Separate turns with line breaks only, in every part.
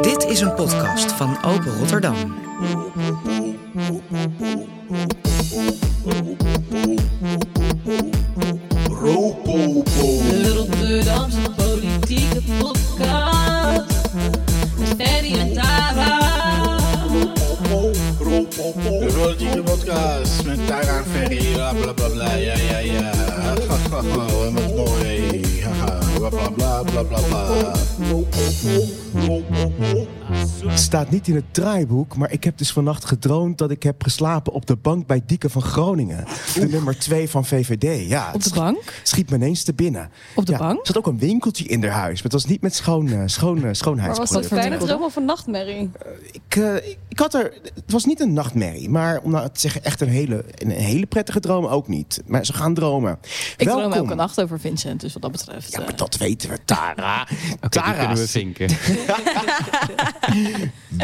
Dit is een podcast van Open Rotterdam.
Ropopo.
Rotterdamse politieke podcast. Met Ferry en Tara.
Ropopo. De Rotterdamse podcast met Tara en Ferry. Bla bla bla bla. Ja ja ja. Hahaha. Wat mooi. Haha. Bla bla bla bla bla bla.
staat niet in het draaiboek, maar ik heb dus vannacht gedroomd dat ik heb geslapen op de bank bij Dieke van Groningen. De nummer 2 van VVD. Ja, het
Op de
schiet-
bank?
Schiet me ineens te binnen.
Op de
Ja,
bank?
Er zat ook een winkeltje in haar huis, maar het was niet met schoon, eh, schoon, eh,
Maar was dat
schoonheidsproducten.
bijna droom of een nachtmerrie?
ik, eh, ik had er, het was niet een nachtmerrie, maar om nou te zeggen, echt een hele, een hele prettige droom ook niet. Maar ze gaan dromen.
Ik
Welkom.
droom elke nacht over Vincent, dus wat dat betreft.
Ja,
eh,
maar dat weten we, Tara.
Oké, die kunnen
Tara's.
we vinken.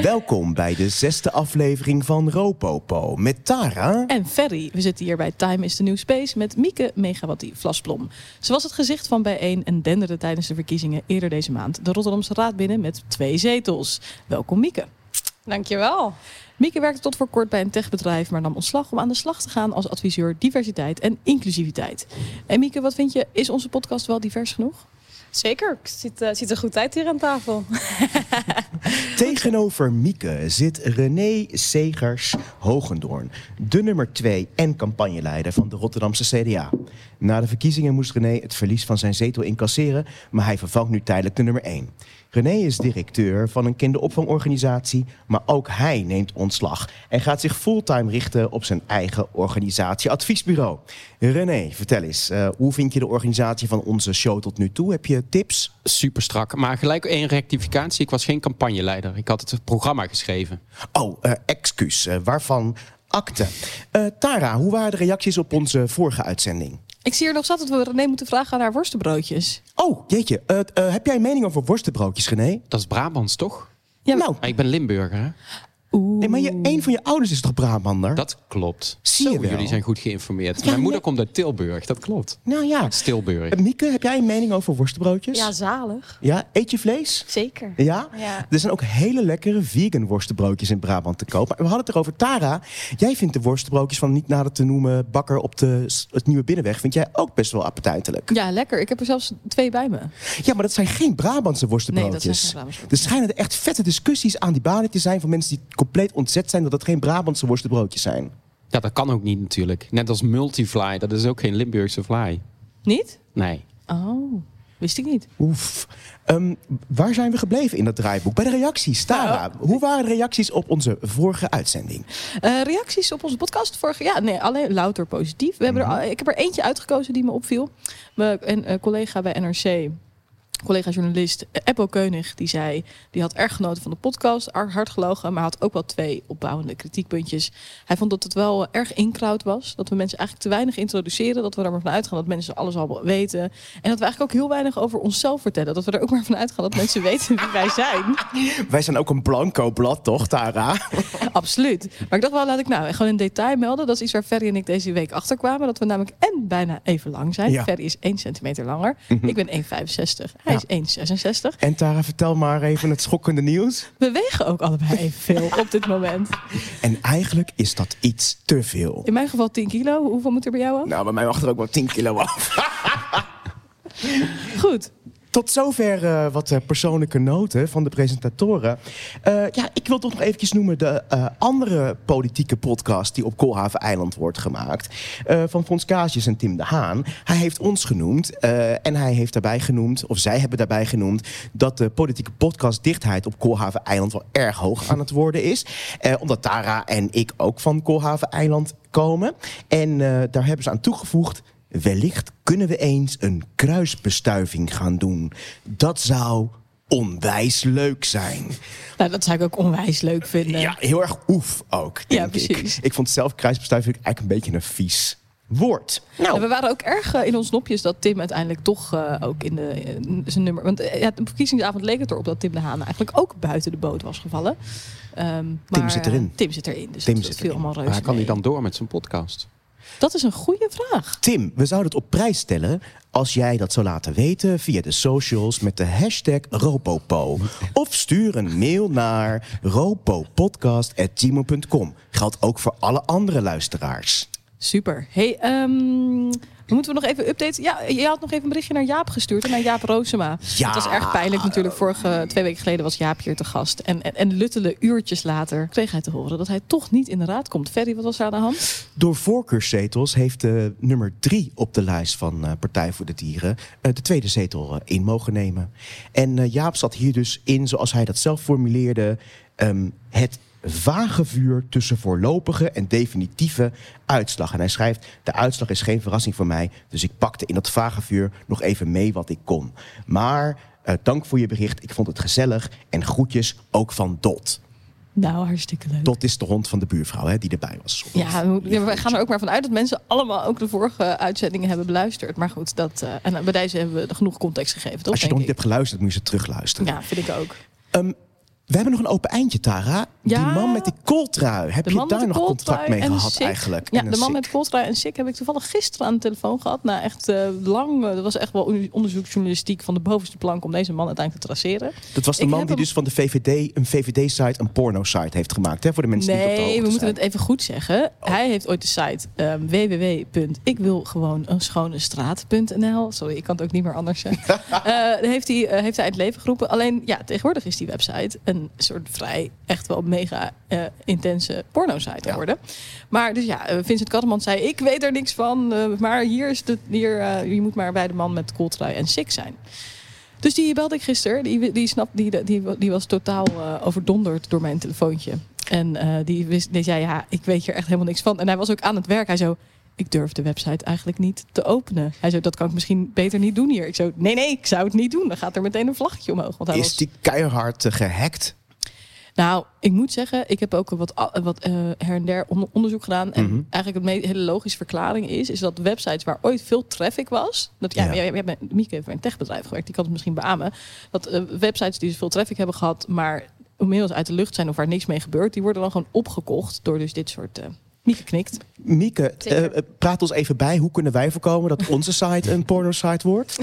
Welkom bij de zesde aflevering van Ropopo met Tara.
En Ferry, we zitten hier bij Time is the New Space met Mieke Megawatti Vlasplom. Ze was het gezicht van bijeen en denderde tijdens de verkiezingen eerder deze maand de Rotterdamse Raad binnen met twee zetels. Welkom Mieke.
Dankjewel.
Mieke werkte tot voor kort bij een techbedrijf, maar nam ontslag om aan de slag te gaan als adviseur diversiteit en inclusiviteit. En Mieke, wat vind je, is onze podcast wel divers genoeg?
Zeker. Het ziet, eh, ziet er goed uit hier aan tafel.
Tegenover Mieke zit René Segers Hogendoorn, de nummer 2 en campagneleider van de Rotterdamse CDA. Na de verkiezingen moest René het verlies van zijn zetel incasseren, maar hij vervangt nu tijdelijk de nummer 1. René is directeur van een kinderopvangorganisatie, maar ook hij neemt ontslag en gaat zich fulltime richten op zijn eigen organisatieadviesbureau. René, vertel eens, eh, hoe vind je de organisatie van onze show tot nu toe? Heb je tips?
Super strak. Maar gelijk één rectificatie. Ik was geen campagneleider. Ik had het programma geschreven.
Oh, eh, excuus. eh, waarvan akte? Eh, Tara, hoe waren de reacties op onze vorige uitzending?
Ik zie hier nog zat dat we René moeten vragen aan haar worstenbroodjes.
Oh, jeetje. eh, eh, heb jij een mening over worstenbroodjes, René?
Dat is Brabants, toch?
Ja, maar-
nou,
Maar ik ben Limburger, hè?
nee, maar je, een van je ouders is toch Brabander?
Dat klopt.
Zie je
Zo,
wel.
jullie zijn goed geïnformeerd.
Ja,
Mijn moeder
nee.
komt uit Tilburg. Dat klopt.
Nou ja.
Tilburg.
Eh, Mieke, heb jij een mening over worstenbroodjes?
Ja, zalig.
Ja? Eet je vlees?
Zeker.
Ja?
Ja.
Er zijn ook hele lekkere vegan worstenbroodjes in Brabant te koop. Maar we hadden het erover, Tara. Jij vindt de worstenbroodjes van niet nader te noemen bakker op de, s- het Nieuwe Binnenweg... vind jij ook best wel appetijtelijk.
Ja, lekker. Ik heb er zelfs twee bij me.
Ja, maar dat zijn geen Brabantse worstenbroodjes.
Nee, dat zijn geen Brabantse
Er schijnen er echt vette discussies aan die balie te zijn van mensen die compleet ontzet zijn dat dat geen Brabantse worstenbroodjes zijn.
Ja, dat kan ook niet natuurlijk. Net als Multifly. Dat is ook geen Limburgse fly.
Niet?
Nee.
Oh, wist ik niet.
Oef. Ehm, waar zijn we gebleven in dat draaiboek? Bij de reacties, Tara. Hoe waren de reacties op onze vorige uitzending?
Eh, reacties op onze podcast vorig jaar? Nee, alleen louter positief. We hebben er, al- ik heb er eentje uitgekozen die me opviel. Mijn een, eh, collega bij NRC, collega journalist eh, Eppo Keunig, die zei... die had erg genoten van de podcast, ar- hard gelogen... maar had ook wel twee opbouwende kritiekpuntjes. Hij vond dat het wel eh, erg inkraut was. Dat we mensen eigenlijk te weinig introduceren. Dat we er maar van uitgaan dat mensen alles al weten. En dat we eigenlijk ook heel weinig over onszelf vertellen. Dat we er ook maar van uitgaan dat mensen weten wie wij zijn.
Wij zijn ook een blanco blad, toch, Tara?
Absoluut. Maar ik dacht wel, laat ik nou gewoon in detail melden. Dat is iets waar Ferry en ik deze week achter kwamen. Dat we namelijk en bijna even lang zijn.
Ja.
Ferry is 1 centimeter langer. Ik ben 1,65. Hij is 1,66.
En Tara, vertel maar even het schokkende nieuws.
We wegen ook allebei evenveel op dit moment.
En eigenlijk is dat iets te veel.
In mijn geval 10 kilo. Hoeveel moet er bij jou af?
Nou, bij mij mag er ook wel 10 kilo af.
Goed.
Tot zover eh, wat eh, persoonlijke noten van de presentatoren. Eh, ja, ik wil toch nog eventjes noemen de eh, andere politieke podcast die op Koolhaven Eiland wordt gemaakt. eh, van Fons Kaasjes en Tim de Haan. Hij heeft ons genoemd eh, en hij heeft daarbij genoemd, of zij hebben daarbij genoemd, dat de politieke podcastdichtheid op Koolhaven Eiland wel erg hoog aan het worden is. Eh, omdat Tara en ik ook van Koolhaven Eiland komen. En eh, daar hebben ze aan toegevoegd. Wellicht kunnen we eens een kruisbestuiving gaan doen. Dat zou onwijs leuk zijn.
Nou, dat zou ik ook onwijs leuk vinden.
Ja, heel erg oef ook, denk
Ja, precies.
ik. Ik vond zelf kruisbestuiving eigenlijk een beetje een vies woord.
En we waren ook erg eh, in ons nopjes dat Tim uiteindelijk toch eh, ook in de, in zijn nummer. Want eh, ja, de verkiezingsavond leek het erop dat Tim de Haan eigenlijk ook buiten de boot was gevallen. Ehm, maar,
zit erin.
eh, Tim zit erin. Dus
Tim
dat
zit
viel
erin.
allemaal reuze.
Maar kan hij
mee.
dan door met zijn podcast?
Dat is een goede vraag.
Tim, we zouden het op prijs stellen als jij dat zou laten weten via de socials met de hashtag Ropopo. Of stuur een mail naar ropopodcast.gmail.com. Geldt ook voor alle andere luisteraars.
Super. Hey, ehm, moeten we nog even updaten? Ja, eh, je had nog even een berichtje naar Jaap gestuurd. en Naar Jaap Roosema.
Ja.
Het was erg pijnlijk natuurlijk. Vorige, twee weken geleden was Jaap hier te gast. En, en, en luttele uurtjes later kreeg hij te horen dat hij toch niet in de raad komt. Ferry, wat was daar aan de hand?
Door voorkeurszetels heeft de nummer drie op de lijst van eh, Partij voor de Dieren eh, de tweede zetel eh, in mogen nemen. En eh, Jaap zat hier dus in, zoals hij dat zelf formuleerde, ehm, het vage vuur tussen voorlopige en definitieve uitslag. En hij schrijft, de uitslag is geen verrassing voor mij, dus ik pakte in dat vage vuur nog even mee wat ik kon. Maar eh, dank voor je bericht, ik vond het gezellig en groetjes ook van Dot.
Nou, hartstikke leuk.
Dot is de hond van de buurvrouw hè, die erbij was.
Ja, we- ja, wij gaan er ook maar vanuit dat mensen allemaal ook de vorige uitzendingen hebben beluisterd. Maar goed, dat, eh, en bij deze hebben we er genoeg context gegeven, toch?
Als je het nog
denk
niet hebt geluisterd, moet je ze terugluisteren.
ik. Ja, vind ik ook.
We hebben nog een open eindje, Tara. Die
Ja.
man met die kooltrui. Heb
De
je
man met
daar
de
nog contact
kooltrui
mee
en
gehad
Sik.
eigenlijk?
Ja,
En een
de man
Sik.
met Coltrui en Sik heb ik toevallig gisteren aan de telefoon gehad. Na echt eh, lang, eh, dat was echt wel on- onderzoeksjournalistiek van de bovenste plank om deze man uiteindelijk te traceren.
Dat was de
Ik
man
heb
die
hem-
dus van de VVD een VVD-site een porno-site heeft gemaakt. Hè? Voor de mensen die niet op de
Nee, we
hoogte
moeten
zijn. Oh.
het even goed zeggen. Hij heeft ooit de site ehm www.ikwilgewooneenschonestraat.nl Sorry, ik kan het ook niet meer anders zeggen. Eh, heeft, hij, eh, heeft hij het leven geroepen. Alleen, ja, tegenwoordig is die website een soort vrij, echt wel mega eh, intense porno-site
Ja.
geworden. Maar dus ja, eh, Vincent Katteman zei, ik weet er niks van. eh, maar hier is de, hier, eh, je moet maar bij de man met kooltrui en sick zijn. Dus die belde ik gisteren. Die, die, snap, die, die, die was totaal eh, overdonderd door mijn telefoontje. En eh, die, wist, die zei, ja, ik weet hier echt helemaal niks van. En hij was ook aan het werk. Hij zo, ik durf de website eigenlijk niet te openen. Hij zo, dat kan ik misschien beter niet doen hier. Ik zo, nee, nee, ik zou het niet doen. Dan gaat er meteen een vlaggetje omhoog. Want hij was...
Is die keihard eh, gehackt?
Nou, ik moet zeggen, ik heb ook wat, a- wat eh, her en der on- onderzoek gedaan. En eigenlijk een hele logische verklaring is, is dat websites waar ooit veel traffic was. Dat, ja,
Ja.
jij- jij bent- Mieke heeft bij een techbedrijf gewerkt, die kan het misschien beamen. Dat eh, websites die dus veel traffic hebben gehad, maar inmiddels uit de lucht zijn of waar niks mee gebeurt, die worden dan gewoon opgekocht door dus dit soort. eh Mieke knikt.
Mieke,
Zeker.
eh, eh, praat ons even bij. Hoe kunnen wij voorkomen dat onze site een porno-site wordt?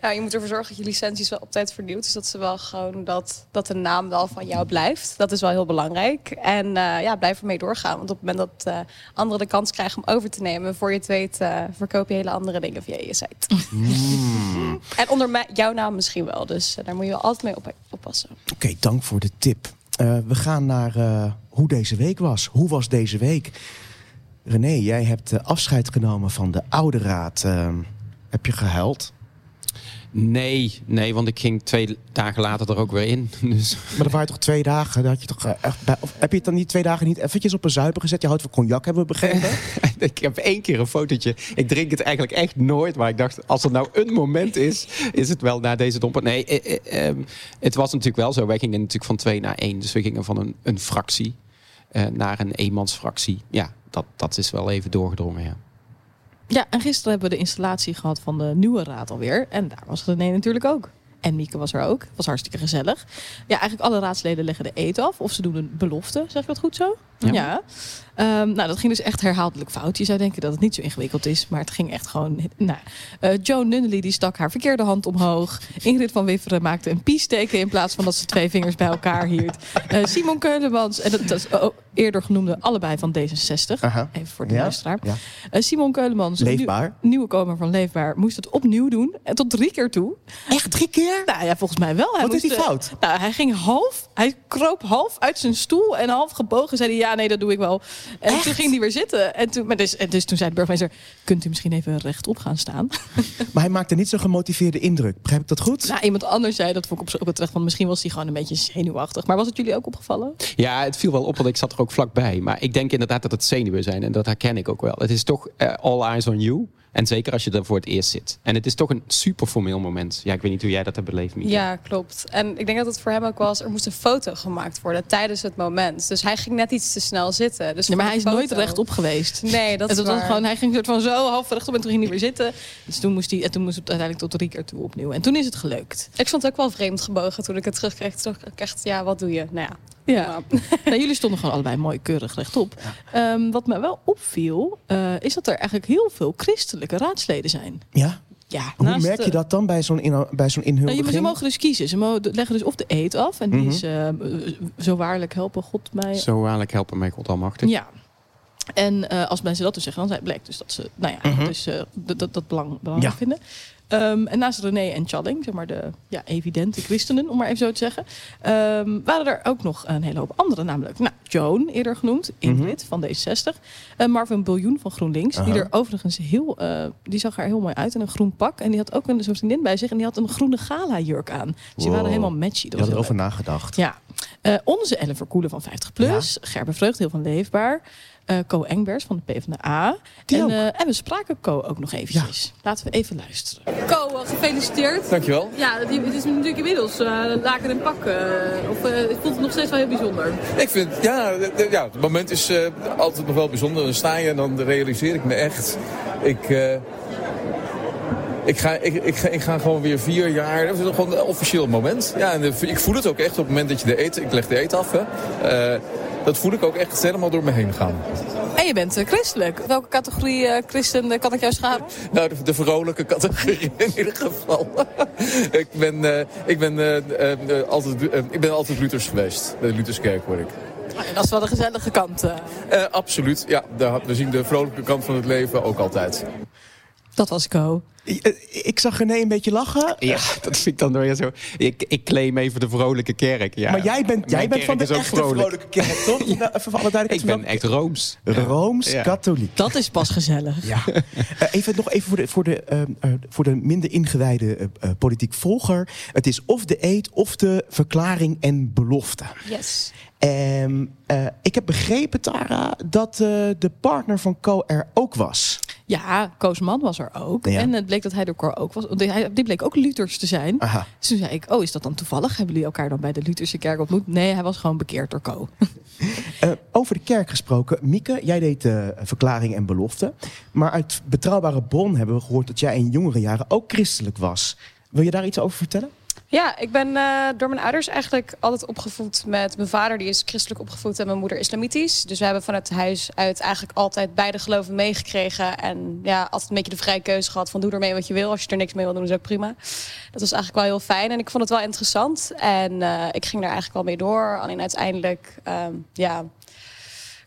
Nou, je moet ervoor zorgen dat je licenties wel op tijd vernieuwt. Dus dat ze wel gewoon dat, dat de naam wel van jou blijft. Dat is wel heel belangrijk. En eh, ja, blijf ermee doorgaan. Want op het moment dat eh, anderen de kans krijgen om over te nemen, voor je het weet, eh, verkoop je hele andere dingen via je site.
Hmm.
en onder mij- jouw naam misschien wel. Dus eh, daar moet je wel altijd mee op, oppassen.
Oké, dank voor de tip. Eh, we gaan naar eh, hoe deze week was. Hoe was deze week? René, jij hebt eh, afscheid genomen van de oude raad. Eh, heb je gehuild?
Nee, nee, want ik ging twee dagen later er ook weer in. Dus
Maar dat waren toch twee dagen? Dat had je toch, eh, echt bij- of heb je het dan niet twee dagen niet eventjes op een zuipen gezet? Je houdt van cognac, hebben we begrepen.
ik heb één keer een fotootje. Ik drink het eigenlijk echt nooit. Maar ik dacht, als er nou een moment is, is het wel na deze domper. Nee, eh, eh, ehm, het was natuurlijk wel zo. Wij gingen natuurlijk van twee naar één. Dus we gingen van een, een fractie eh, naar een eenmansfractie. Ja, dat, dat is wel even doorgedrongen, ja.
Ja, en gisteren hebben we de installatie gehad van de nieuwe raad alweer. En daar was René natuurlijk ook. En Mieke was er ook. Het was hartstikke gezellig. Ja, eigenlijk alle raadsleden leggen de eet af. Of ze doen een belofte. Zeg ik dat goed zo?
Ja.
Ehm, nou, dat ging dus echt herhaaldelijk fout. Je zou denken dat het niet zo ingewikkeld is. Maar het ging echt gewoon... Nou, eh, Joan Nunnally die stak haar verkeerde hand omhoog. Ingrid van Wifferen maakte een piesteken... in plaats van dat ze twee vingers bij elkaar hield. Eh, Simon Keulemans, en dat, dat is oh, eerder genoemde allebei van D66.
Aha.
Even voor de
Ja,
luisteraar.
ja.
Eh, Simon Keulemans, een nieuw-
Leefbaar.
nieuwe komer van Leefbaar, moest het opnieuw doen. En tot drie keer toe.
Echt drie keer?
Nou ja, volgens mij wel. Hij
Wat
moest,
is die
eh,
fout?
Nou, hij ging half, hij kroop half uit zijn stoel en half gebogen. Zei hij, ja, nee, dat doe ik wel. En toen ging hij weer zitten. En toen, maar dus, en dus toen zei de burgemeester, kunt u misschien even rechtop gaan staan?
Maar hij maakte niet zo'n gemotiveerde indruk. Begrijp ik dat goed?
nou, iemand anders zei, dat vond ik op zich ook wel terecht, want misschien was hij gewoon een beetje zenuwachtig. Maar was het jullie ook opgevallen?
Ja, het viel wel op, want ik zat er ook vlakbij. Maar ik denk inderdaad dat het zenuwen zijn. En dat herken ik ook wel. Het is toch eh, all eyes on you. En zeker als je er voor het eerst zit. En het is toch een super formeel moment. Ja, ik weet niet hoe jij dat hebt beleefd, Mieke.
Ja, klopt. En ik denk dat het voor hem ook was. Er moest een foto gemaakt worden tijdens het moment. Dus hij ging net iets te snel zitten. Dus
Nee,
voor
maar hij is
de
nooit
foto-
rechtop geweest.
Nee, dat is
En dat was
waar.
gewoon, hij ging soort van zo half rechtop en toen ging hij weer zitten. Dus toen moest hij, en toen moest het uiteindelijk tot drie keer toe opnieuw. En toen is het gelukt.
Ik vond het ook wel vreemd gebogen toen ik het terugkreeg. Toen dacht ik echt, ja, wat doe je? Nou ja,
Ja. nou, jullie stonden gewoon allebei mooi keurig rechtop. Ehm, wat me wel opviel, eh, is dat er eigenlijk heel veel christelijke raadsleden zijn.
Ja?
Ja,
Hoe
naast
merk
de-
je dat dan bij zo'n, inha- bij zo'n
Nou,
inhuldiging?
je- ze mogen dus kiezen. Ze mogen leggen dus of de eet af. En die
Mhm.
is eh, eh, zo waarlijk helpen God mij.
Zo waarlijk helpen mij God almachtig.
Ja. En eh, als mensen dat dus zeggen, dan zijn het blijkt dus dat ze nou ja, dus, eh, dat- dat, dat belang, belangrijk
Mhm. Ja.
vinden. Ehm, en naast René en Challing, zeg maar de ja, evidente christenen, om maar even zo te zeggen, ehm, waren er ook nog een hele hoop anderen. Namelijk nou, Joan, eerder genoemd,
Mhm.
Ingrid van D60, eh, Marvin Biljoen van GroenLinks, die er overigens heel, eh, die zag er heel mooi uit in een groen pak. En die had ook een zo'n vriendin bij zich en die had een groene gala jurk aan. Dus die waren
Wow.
helemaal matchy.
Je
Dat
had
was heel
erover nagedacht.
ja, Eh, onze Ellen Verkoelen van 50 plus, Gerber Vreugdeel van Leefbaar, eh, Co Engbers van de PvdA.
Die
en,
ook.
eh, en we spraken Co ook nog eventjes. Laten we even luisteren.
Co, eh, gefeliciteerd.
Dankjewel.
Ja, het is natuurlijk inmiddels eh, laken en pakken. eh, Of, eh, ik vond het nog steeds wel heel bijzonder.
Ik vind, ja, d- d- ja het moment is eh, altijd nog wel bijzonder. Dan sta je en dan realiseer ik me echt. Ik, eh, ik, ga, ik, ik, ga, ik ga gewoon weer vier jaar. Dat is gewoon een officieel moment. Ja, en eh, ik voel het ook echt op het moment dat je de eten. Ik leg de eten af, hè. Eh, dat voel ik ook echt helemaal door me heen gaan.
En je bent eh, christelijk. Welke categorie eh, christen eh, kan ik jou schaden?
Nou, de, de vrolijke categorie in ieder geval. ik, ben, eh, ik, ben, eh, eh, eh, altijd, eh, ik ben altijd Luthers geweest. Bij de Lutherskerk word ik.
Dat is wel de gezellige kant. eh.
Eh, absoluut, ja. daar- we zien de vrolijke kant van het leven ook altijd.
Dat was Co.
Eh, Ik zag René een beetje lachen.
Ja, dat vind ik dan weer zo. Ik, ik claim even de vrolijke kerk. Ja.
Maar jij bent, jij
Mijn
bent van de
kerk is ook
echte vrolijke kerk, toch? Nou, even voor alle duidelijkheid.
Ik ben echt rooms.
Rooms-katholiek.
Dat is pas gezellig.
Ja. Eh, even nog even voor de, voor de, ehm, eh, voor de minder ingewijde eh, eh, politiek volger. Het is of de eed of de verklaring en belofte.
Yes.
Ehm, eh, ik heb begrepen, Tara, dat eh, de partner van Co er ook was.
Ja, Koos Man was er ook.
Ja.
En het bleek dat hij door Cor ook was. Want hij- Die bleek ook Luthers te zijn.
Aha.
Dus toen zei ik, oh, is dat dan toevallig? Hebben jullie elkaar dan bij de Lutherse kerk ontmoet? Nee, hij was gewoon bekeerd door Co.
Eh, over de kerk gesproken. Mieke, jij deed eh, verklaring en belofte. Maar uit betrouwbare bron hebben we gehoord dat jij in jongere jaren ook christelijk was. Wil je daar iets over vertellen?
Ja, ik ben eh, door mijn ouders eigenlijk altijd opgevoed met mijn vader, die is christelijk opgevoed en mijn moeder islamitisch. Dus we hebben vanuit huis uit eigenlijk altijd beide geloven meegekregen. En ja, altijd een beetje de vrije keuze gehad van doe ermee wat je wil. Als je er niks mee wil doen, is ook prima. Dat was eigenlijk wel heel fijn en ik vond het wel interessant. En eh, ik ging daar eigenlijk wel mee door. Alleen uiteindelijk, ehm, ja,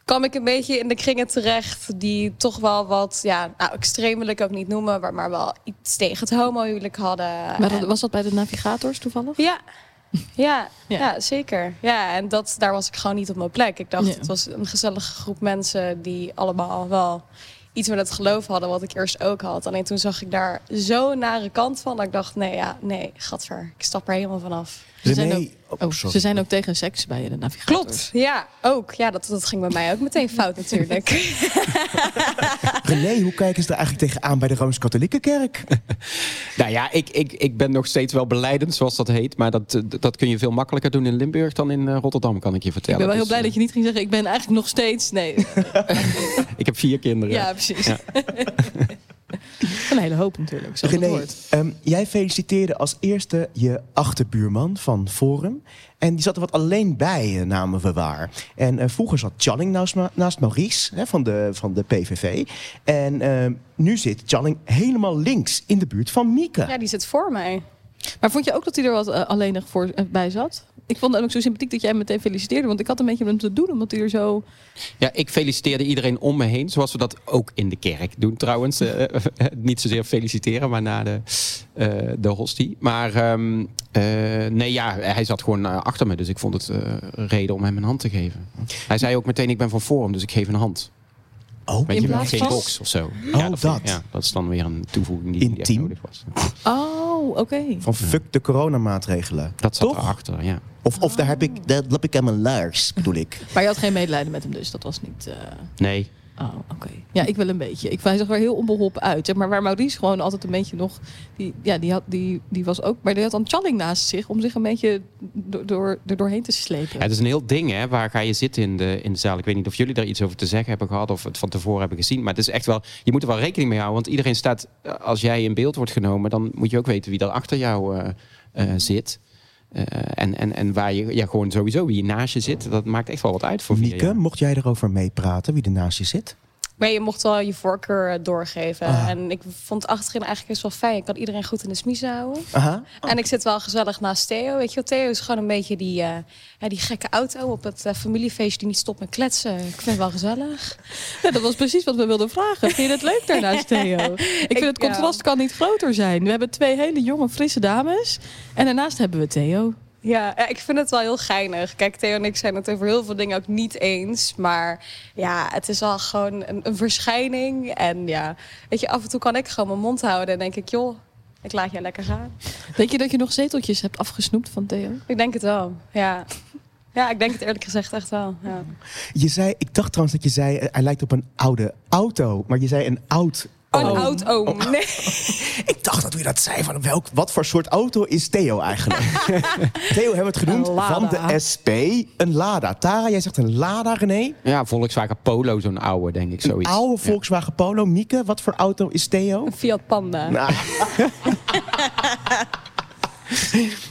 kwam ik een beetje in de kringen terecht die toch wel wat, ja, nou, extreem wil ik ook niet noemen, maar, maar wel iets tegen het homohuwelijk hadden.
Maar
En-
dat, was dat bij de navigators toevallig?
ja. Ja,
Ja.
ja. zeker. Ja, en dat, daar was ik gewoon niet op mijn plek. Ik dacht,
Ja.
het was een gezellige groep mensen die allemaal wel iets met het geloof hadden, wat ik eerst ook had. Alleen toen zag ik daar zo'n nare kant van, dat ik dacht, nee, ja, nee, gadver, ik stap er helemaal vanaf.
Ze zijn,
René-
ook,
oh,
oh,
sorry.
ze zijn ook tegen seks bij de navigators.
Klopt, ja, ook. Ja, dat, dat ging bij mij ook meteen fout natuurlijk.
René, hoe kijken ze er eigenlijk tegenaan bij de Rooms-Katholieke Kerk?
Nou ja, ik, ik, ik ben nog steeds wel beleidend, zoals dat heet. Maar dat, eh, dat kun je veel makkelijker doen in Limburg dan in eh, Rotterdam, kan ik je
Ik
vertellen.
ben wel heel
Dus,
blij dat eh, je niet ging zeggen, ik ben eigenlijk nog steeds... Nee,
eh, Ik heb vier kinderen.
ja, precies. een hele hoop natuurlijk, zoals het
René,
hoort.
ehm, jij feliciteerde als eerste je achterbuurman van Forum. En die zat er wat alleen bij, eh, namen we waar. En eh, vroeger zat Channing naast, Ma- naast Maurice hè, van, de, van de PVV. En ehm, nu zit Channing helemaal links in de buurt van Mieke.
ja, die zit voor mij.
Maar vond je ook dat hij er wat eh, alleenig voor, eh, bij zat? Ik vond het ook zo sympathiek dat jij hem meteen feliciteerde. Want ik had een beetje met hem te doen, omdat hij er zo...
Ja, ik feliciteerde iedereen om me heen, zoals we dat ook in de kerk doen trouwens. Eh, eh, niet zozeer feliciteren, maar na de, eh, de hostie. Maar ehm, eh, nee, ja, hij zat gewoon eh, achter me, dus ik vond het eh, reden om hem een hand te geven. Hij zei ook meteen, ik ben van Forum, dus ik geef een hand.
Oh,
Weet je wel,
plaats
geen
van?
box of zo.
Oh,
vind ik-
dat.
Ja, dat is dan weer een toevoeging die niet echt
Intiem.
nodig was.
Oh, oké.
van fuck de coronamaatregelen.
Dat zat
Toch?
erachter, ja.
Of, of daar heb ik, daar loop ik aan mijn laars, bedoel ik.
Maar je had geen medelijden met hem dus, dat was niet... eh,
Nee.
Oh, oké. Ja, ik wil een beetje. Ik, hij zag er heel onbeholpen uit. Zeg maar waar Maurice gewoon altijd een beetje nog... Die, ja, die, had, die, die was ook... Maar die had dan Channing naast zich om zich een beetje door, door, er doorheen te slepen.
Ja, het is een heel ding, hè? Waar ga je zitten in de, in de zaal? Ik weet niet of jullie daar iets over te zeggen hebben gehad of het van tevoren hebben gezien. Maar het is echt wel, je moet er wel rekening mee houden. Want iedereen staat, eh, als jij in beeld wordt genomen, dan moet je ook weten wie daar achter jou eh, eh, zit. eh, en, en, en waar je ja, gewoon sowieso wie je naast je zit, dat maakt echt wel wat uit voor vier
Nieke,
jaar.
mocht jij erover meepraten wie er naast je zit?
Maar je mocht wel je voorkeur eh, doorgeven.
Ah.
En ik vond achterin eigenlijk best wel fijn. Ik kan iedereen goed in de smiezen houden.
Aha.
En ik zit wel gezellig naast Theo. Weet je wel, Theo is gewoon een beetje die, eh, ja, die gekke auto op het eh, familiefeest die niet stopt met kletsen. Ik vind het wel gezellig.
Ja, dat was precies wat we wilden vragen. Vind je het leuk daarnaast, Theo? Ik vind het
ja.
contrast kan niet groter zijn. We hebben twee hele jonge, frisse dames. En daarnaast hebben we Theo.
Ja, ja, ik vind het wel heel geinig. Kijk, Theo en ik zijn het over heel veel dingen ook niet eens. Maar ja, het is al gewoon een, een verschijning. En ja, weet je, af en toe kan ik gewoon mijn mond houden. En denk ik, joh, ik laat jou lekker gaan.
Denk je dat je nog zeteltjes hebt afgesnoept van Theo?
Ik denk het wel, ja. Ja, ik denk het eerlijk gezegd echt wel, ja.
Je zei, ik dacht trouwens dat je zei, eh, hij lijkt op een oude auto. Maar je zei een oud...
Oh, Een oud oom. Nee.
Ik dacht dat hoe je dat zei. Van welk, wat voor soort auto is Theo eigenlijk? Theo hebben we het genoemd
Een Lada.
van de SP. Een Lada. Tara, jij zegt een Lada, René.
Ja, Volkswagen Polo, zo'n oude, denk ik, zoiets.
Oude Volkswagen Polo. Mieke, wat voor auto is Theo?
Fiat Panda.
Nou,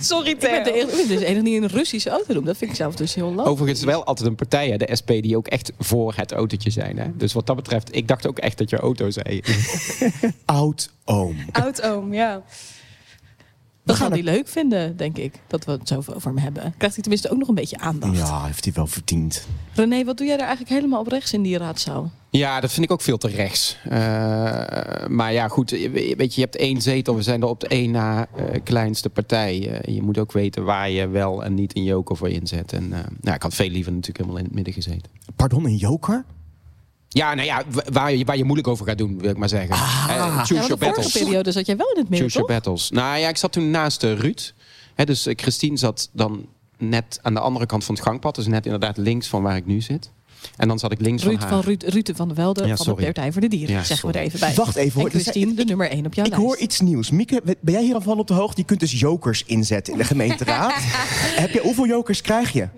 Sorry,
Ik
Theo.
ben de enige- ik ben dus de enige die een Russische auto noemt. Dat vind ik zelf dus heel lastig.
Overigens wel altijd een partij, hè, de SP, die ook echt voor het autootje zijn. Hè? Dus wat dat betreft, ik dacht ook echt dat je auto zei.
oud oom.
Oud oom, ja.
Dat gaan die leuk vinden, denk ik. Dat we het zo over hem hebben. Krijgt hij tenminste ook nog een beetje aandacht.
Ja, heeft hij wel verdiend.
René, wat doe jij daar eigenlijk helemaal op rechts in die raadzaal?
Ja, dat vind ik ook veel te rechts. Eh, maar ja, goed, je- weet je, je hebt één zetel. We zijn er op de één na eh, kleinste partij. Eh, je moet ook weten waar je wel en niet een joker voor inzet. En eh, nou, ik had veel liever natuurlijk helemaal in het midden gezeten.
Pardon, een joker?
Ja, nou ja, w- waar je, waar je moeilijk over gaat doen, wil ik maar zeggen. Eh, choose
Ah. Ja, want de
your
vorige
battles.
periode zat jij wel in het midden,
Choose your
toch?
battles. Nou ja, ik zat toen naast eh, Ruud. Hè, dus eh, Christine zat dan net aan de andere kant van het gangpad. Dus net inderdaad links van waar ik nu zit. En dan zat ik links
Ruud
van
van
haar.
Ruud, Ruud van der Welde
Ja,
van
sorry.
de Partij voor de Dieren,
Ja,
zeggen we er
sorry.
even bij.
Wacht even, hoor.
En Christine, de nummer 1 op jouw
Ik
lijst.
hoor iets nieuws. Mieke, we- ben jij hier al van op de hoogte? Je kunt dus jokers inzetten in de gemeenteraad. Heb je, hoeveel jokers krijg je?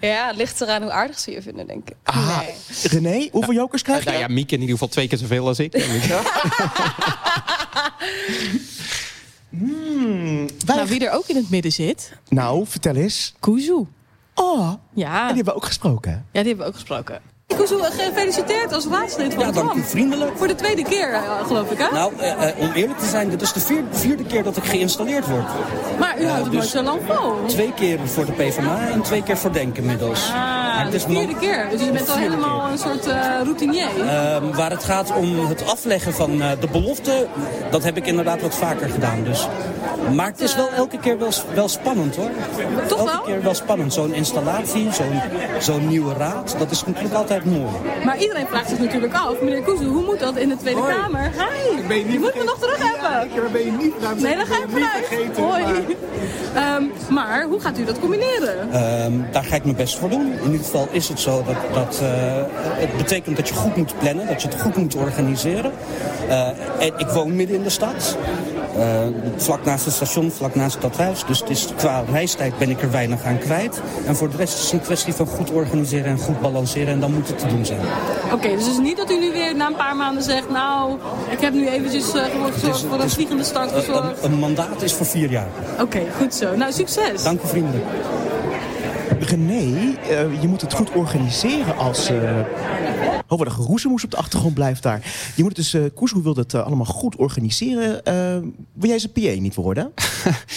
Ja, het ligt eraan hoe aardig ze je vinden, denk ik. Nee.
Ah, René, hoeveel jokers krijg je?
Nou ja, Mieke in ieder geval twee keer zoveel als ik.
Wij-
Nou, wie er ook in het midden zit,
Nou, vertel eens.
Kuzu.
Oh, en
Ja,
die
ja,
hebben we ook gesproken. hè?
die hebben we ook gesproken.
Kuzu, eh, gefeliciteerd als raadslid van
Ja,
de
dank u
Dam.
vriendelijk.
Voor de tweede keer, eh, geloof ik, hè?
Nou, eh, eh, om eerlijk te zijn, dit is de vier- vierde keer dat ik geïnstalleerd word.
maar u houdt het
dus-
nooit zo lang vol.
Twee keer voor de PvdA en twee keer voor Denk inmiddels. Maar
Ah,
het
de
is nog-
vierde keer. Dus u bent al
vierde
helemaal een soort eh, routinier.
Ehm, waar het gaat om het afleggen van eh, de belofte, dat heb ik inderdaad wat vaker gedaan. Dus. Maar het is wel elke keer wel, wel spannend hoor.
Toch
elke
wel?
keer wel spannend. Zo'n installatie, zo'n zo'n nieuwe raad, dat is natuurlijk altijd mooi.
Maar iedereen vraagt zich natuurlijk af, meneer Kuzu, hoe moet dat in de Tweede Kamer? Hi, je moet me nog terug hebben. nee, daar ga ik vanuit. Hoi. Ehm, maar hoe gaat u dat combineren?
Ehm, daar ga ik mijn best voor doen. In ieder geval is het zo dat, dat eh, het betekent dat je goed moet plannen, dat je het goed moet organiseren. Eh, en ik woon midden in de stad, Eh, vlak naast het station, vlak naast het stadhuis. Dus het is, qua reistijd ben ik er weinig aan kwijt. En voor de rest is het een kwestie van goed organiseren en goed balanceren en dan moet het te doen zijn. Eh,
Oké, dus het is niet dat u nu weer na een paar maanden zegt, nou, ik heb nu eventjes eh, gewoon gezorgd voor een vliegende start
Eh, een,
gezorgd.
een mandaat is voor vier jaar.
Oké, goed zo. Nou, succes.
Dank u vriendelijk.
René, eh, je moet het goed organiseren als... eh Oh, wat een geroezemoes op de achtergrond blijft daar. Je moet het dus, eh Koes, hoe wil dat eh, allemaal goed organiseren? Eh, wil jij zijn PA niet worden?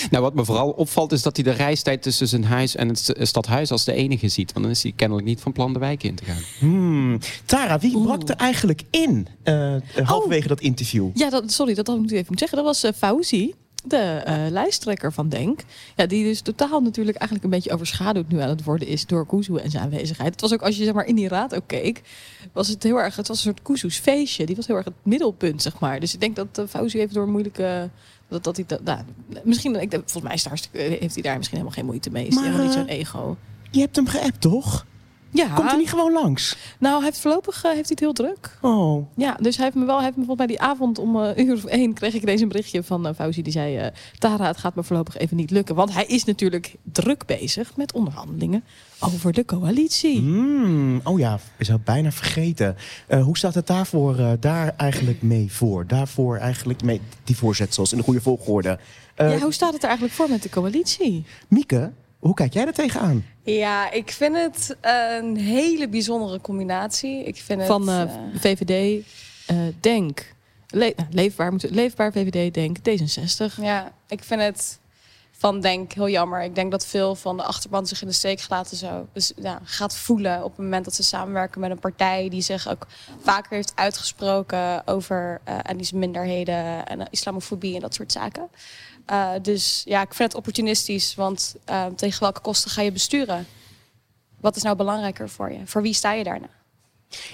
Nou, wat me vooral opvalt is dat hij de reistijd tussen zijn huis en het st- eh, stadhuis als de enige ziet. Want dan is hij kennelijk niet van plan de wijk in te gaan.
Hmm. Tara, wie brak er eigenlijk in eh, eh,
Oh.
halverwege dat interview?
Ja, dat, sorry, dat had ik natuurlijk even moeten zeggen. Dat was eh, Fauzi, de eh, lijsttrekker van Denk. Ja, die dus totaal natuurlijk eigenlijk een beetje overschaduwd nu aan het worden is door Kuzu en zijn aanwezigheid. Het was ook, als je zeg maar in die raad ook keek, was het heel erg, het was een soort Kuzu's feestje. Die was heel erg het middelpunt, zeg maar. Dus ik denk dat eh, Fauzi even door een moeilijke... Dat, dat hij, dat, nou, misschien, ik, denk- volgens mij is het hartstikke, eh, heeft hij daar misschien helemaal geen moeite mee. Is
Maar,
hij helemaal
eh,
niet zo'n ego.
Je hebt hem geappt, toch?
Ja,
Komt hij niet gewoon langs?
nou, hij heeft voorlopig eh, heeft hij het heel druk.
Oh,
Ja, dus hij heeft me wel, hij heeft me volgens mij die avond om eh, een uur of één kreeg ik deze een berichtje van eh Fauzi. Die zei, eh, Tara, het gaat me voorlopig even niet lukken. Want hij is natuurlijk druk bezig met onderhandelingen over de coalitie.
Hmm, oh ja, is dat bijna vergeten. Eh, hoe staat het daarvoor eh, daar eigenlijk mee voor? Daarvoor eigenlijk mee die voorzetsels in de goede volgorde. Eh,
ja, hoe staat het er eigenlijk voor met de coalitie?
Mieke, hoe kijk jij er tegenaan?
Ja, ik vind het een hele bijzondere combinatie. Ik vind
Van
het,
eh,
eh,
VVD, eh, Denk, Le- nou, Leefbaar, moet- Leefbaar, VVD, Denk, D66.
Ja, ik vind het van denk heel jammer. Ik denk dat veel van de achterban zich in de steek gelaten zo, dus, ja, gaat voelen op het moment dat ze samenwerken met een partij die zich ook vaker heeft uitgesproken over eh etnische minderheden en eh, islamofobie en dat soort zaken. Eh, dus ja, ik vind het opportunistisch, want eh, tegen welke kosten ga je besturen? Wat is nou belangrijker voor je? Voor wie sta je daarna?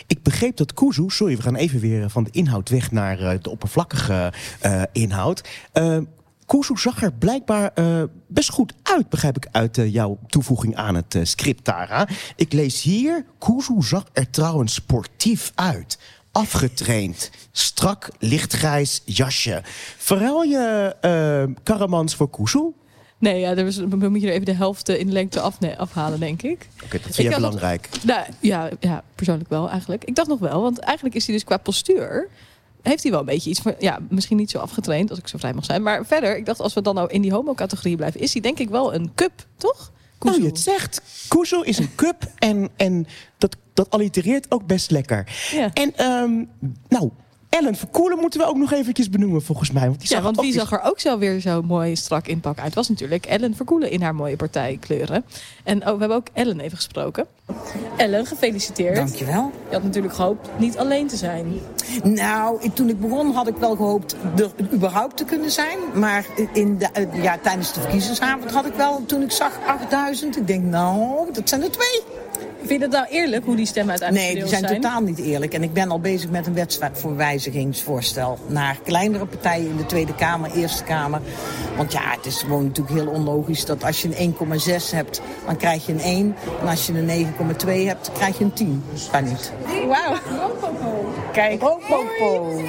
Ik begreep dat Kuzu, sorry, we gaan even weer eh, van de inhoud weg naar eh, de oppervlakkige eh, inhoud. Eh Kuzu zag er blijkbaar eh, best goed uit, begrijp ik uit eh, jouw toevoeging aan het eh, script, Tara. Ik lees hier, Kuzu zag er trouwens sportief uit. Afgetraind, strak lichtgrijs jasje. Verruil je eh, Karamans voor Kuzu? Oké,
Nee, ja, daar is- dan moet je er even de helft eh, in lengte af, nee, afhalen, denk ik.
dat
Ik
vind
had
jij
nog-
belangrijk.
Nou, ja, ja, persoonlijk wel eigenlijk. Ik dacht nog wel, want eigenlijk is hij dus qua postuur... heeft hij wel een beetje iets van... ja, misschien niet zo afgetraind, als ik zo vrij mag zijn. Maar verder, ik dacht, als we dan nou in die homo-categorie blijven... is hij denk ik wel een cup, toch?
Nou, je
Koezel.
het zegt. Kuzu is een cup en, en dat, dat allitereert ook best lekker.
Ja.
En ehm, nou, Ellen Verkoelen moeten we ook nog eventjes benoemen volgens mij. Want die
Ja,
zag
want
ook
wie
eens-
zag er ook zo weer zo mooi strak in pak uit? Was natuurlijk Ellen Verkoelen in haar mooie partijkleuren. En oh, we hebben ook Ellen even gesproken.
Ellen, gefeliciteerd.
Dankjewel.
Je had natuurlijk gehoopt niet alleen te zijn.
Nou, ik- toen ik begon had ik wel gehoopt er überhaupt te kunnen zijn. Maar in de, eh, ja, tijdens de verkiezingsavond had ik wel, toen ik zag 8000, ik denk nou, dat zijn er twee.
Vind je dat nou eerlijk hoe die stemmen uiteindelijk
Nee, die zijn
verdeeld
totaal niet eerlijk. En ik ben al bezig met een wetsverwijzigingsvoorstel naar kleinere partijen in de Tweede Kamer, Eerste Kamer. Want ja, het is gewoon natuurlijk heel onlogisch dat als je een 1,6 hebt, dan krijg je een 1. En als je een 9,2 hebt, krijg je een 10. Dat kan niet.
Wauw.
Kijk, Ropopo.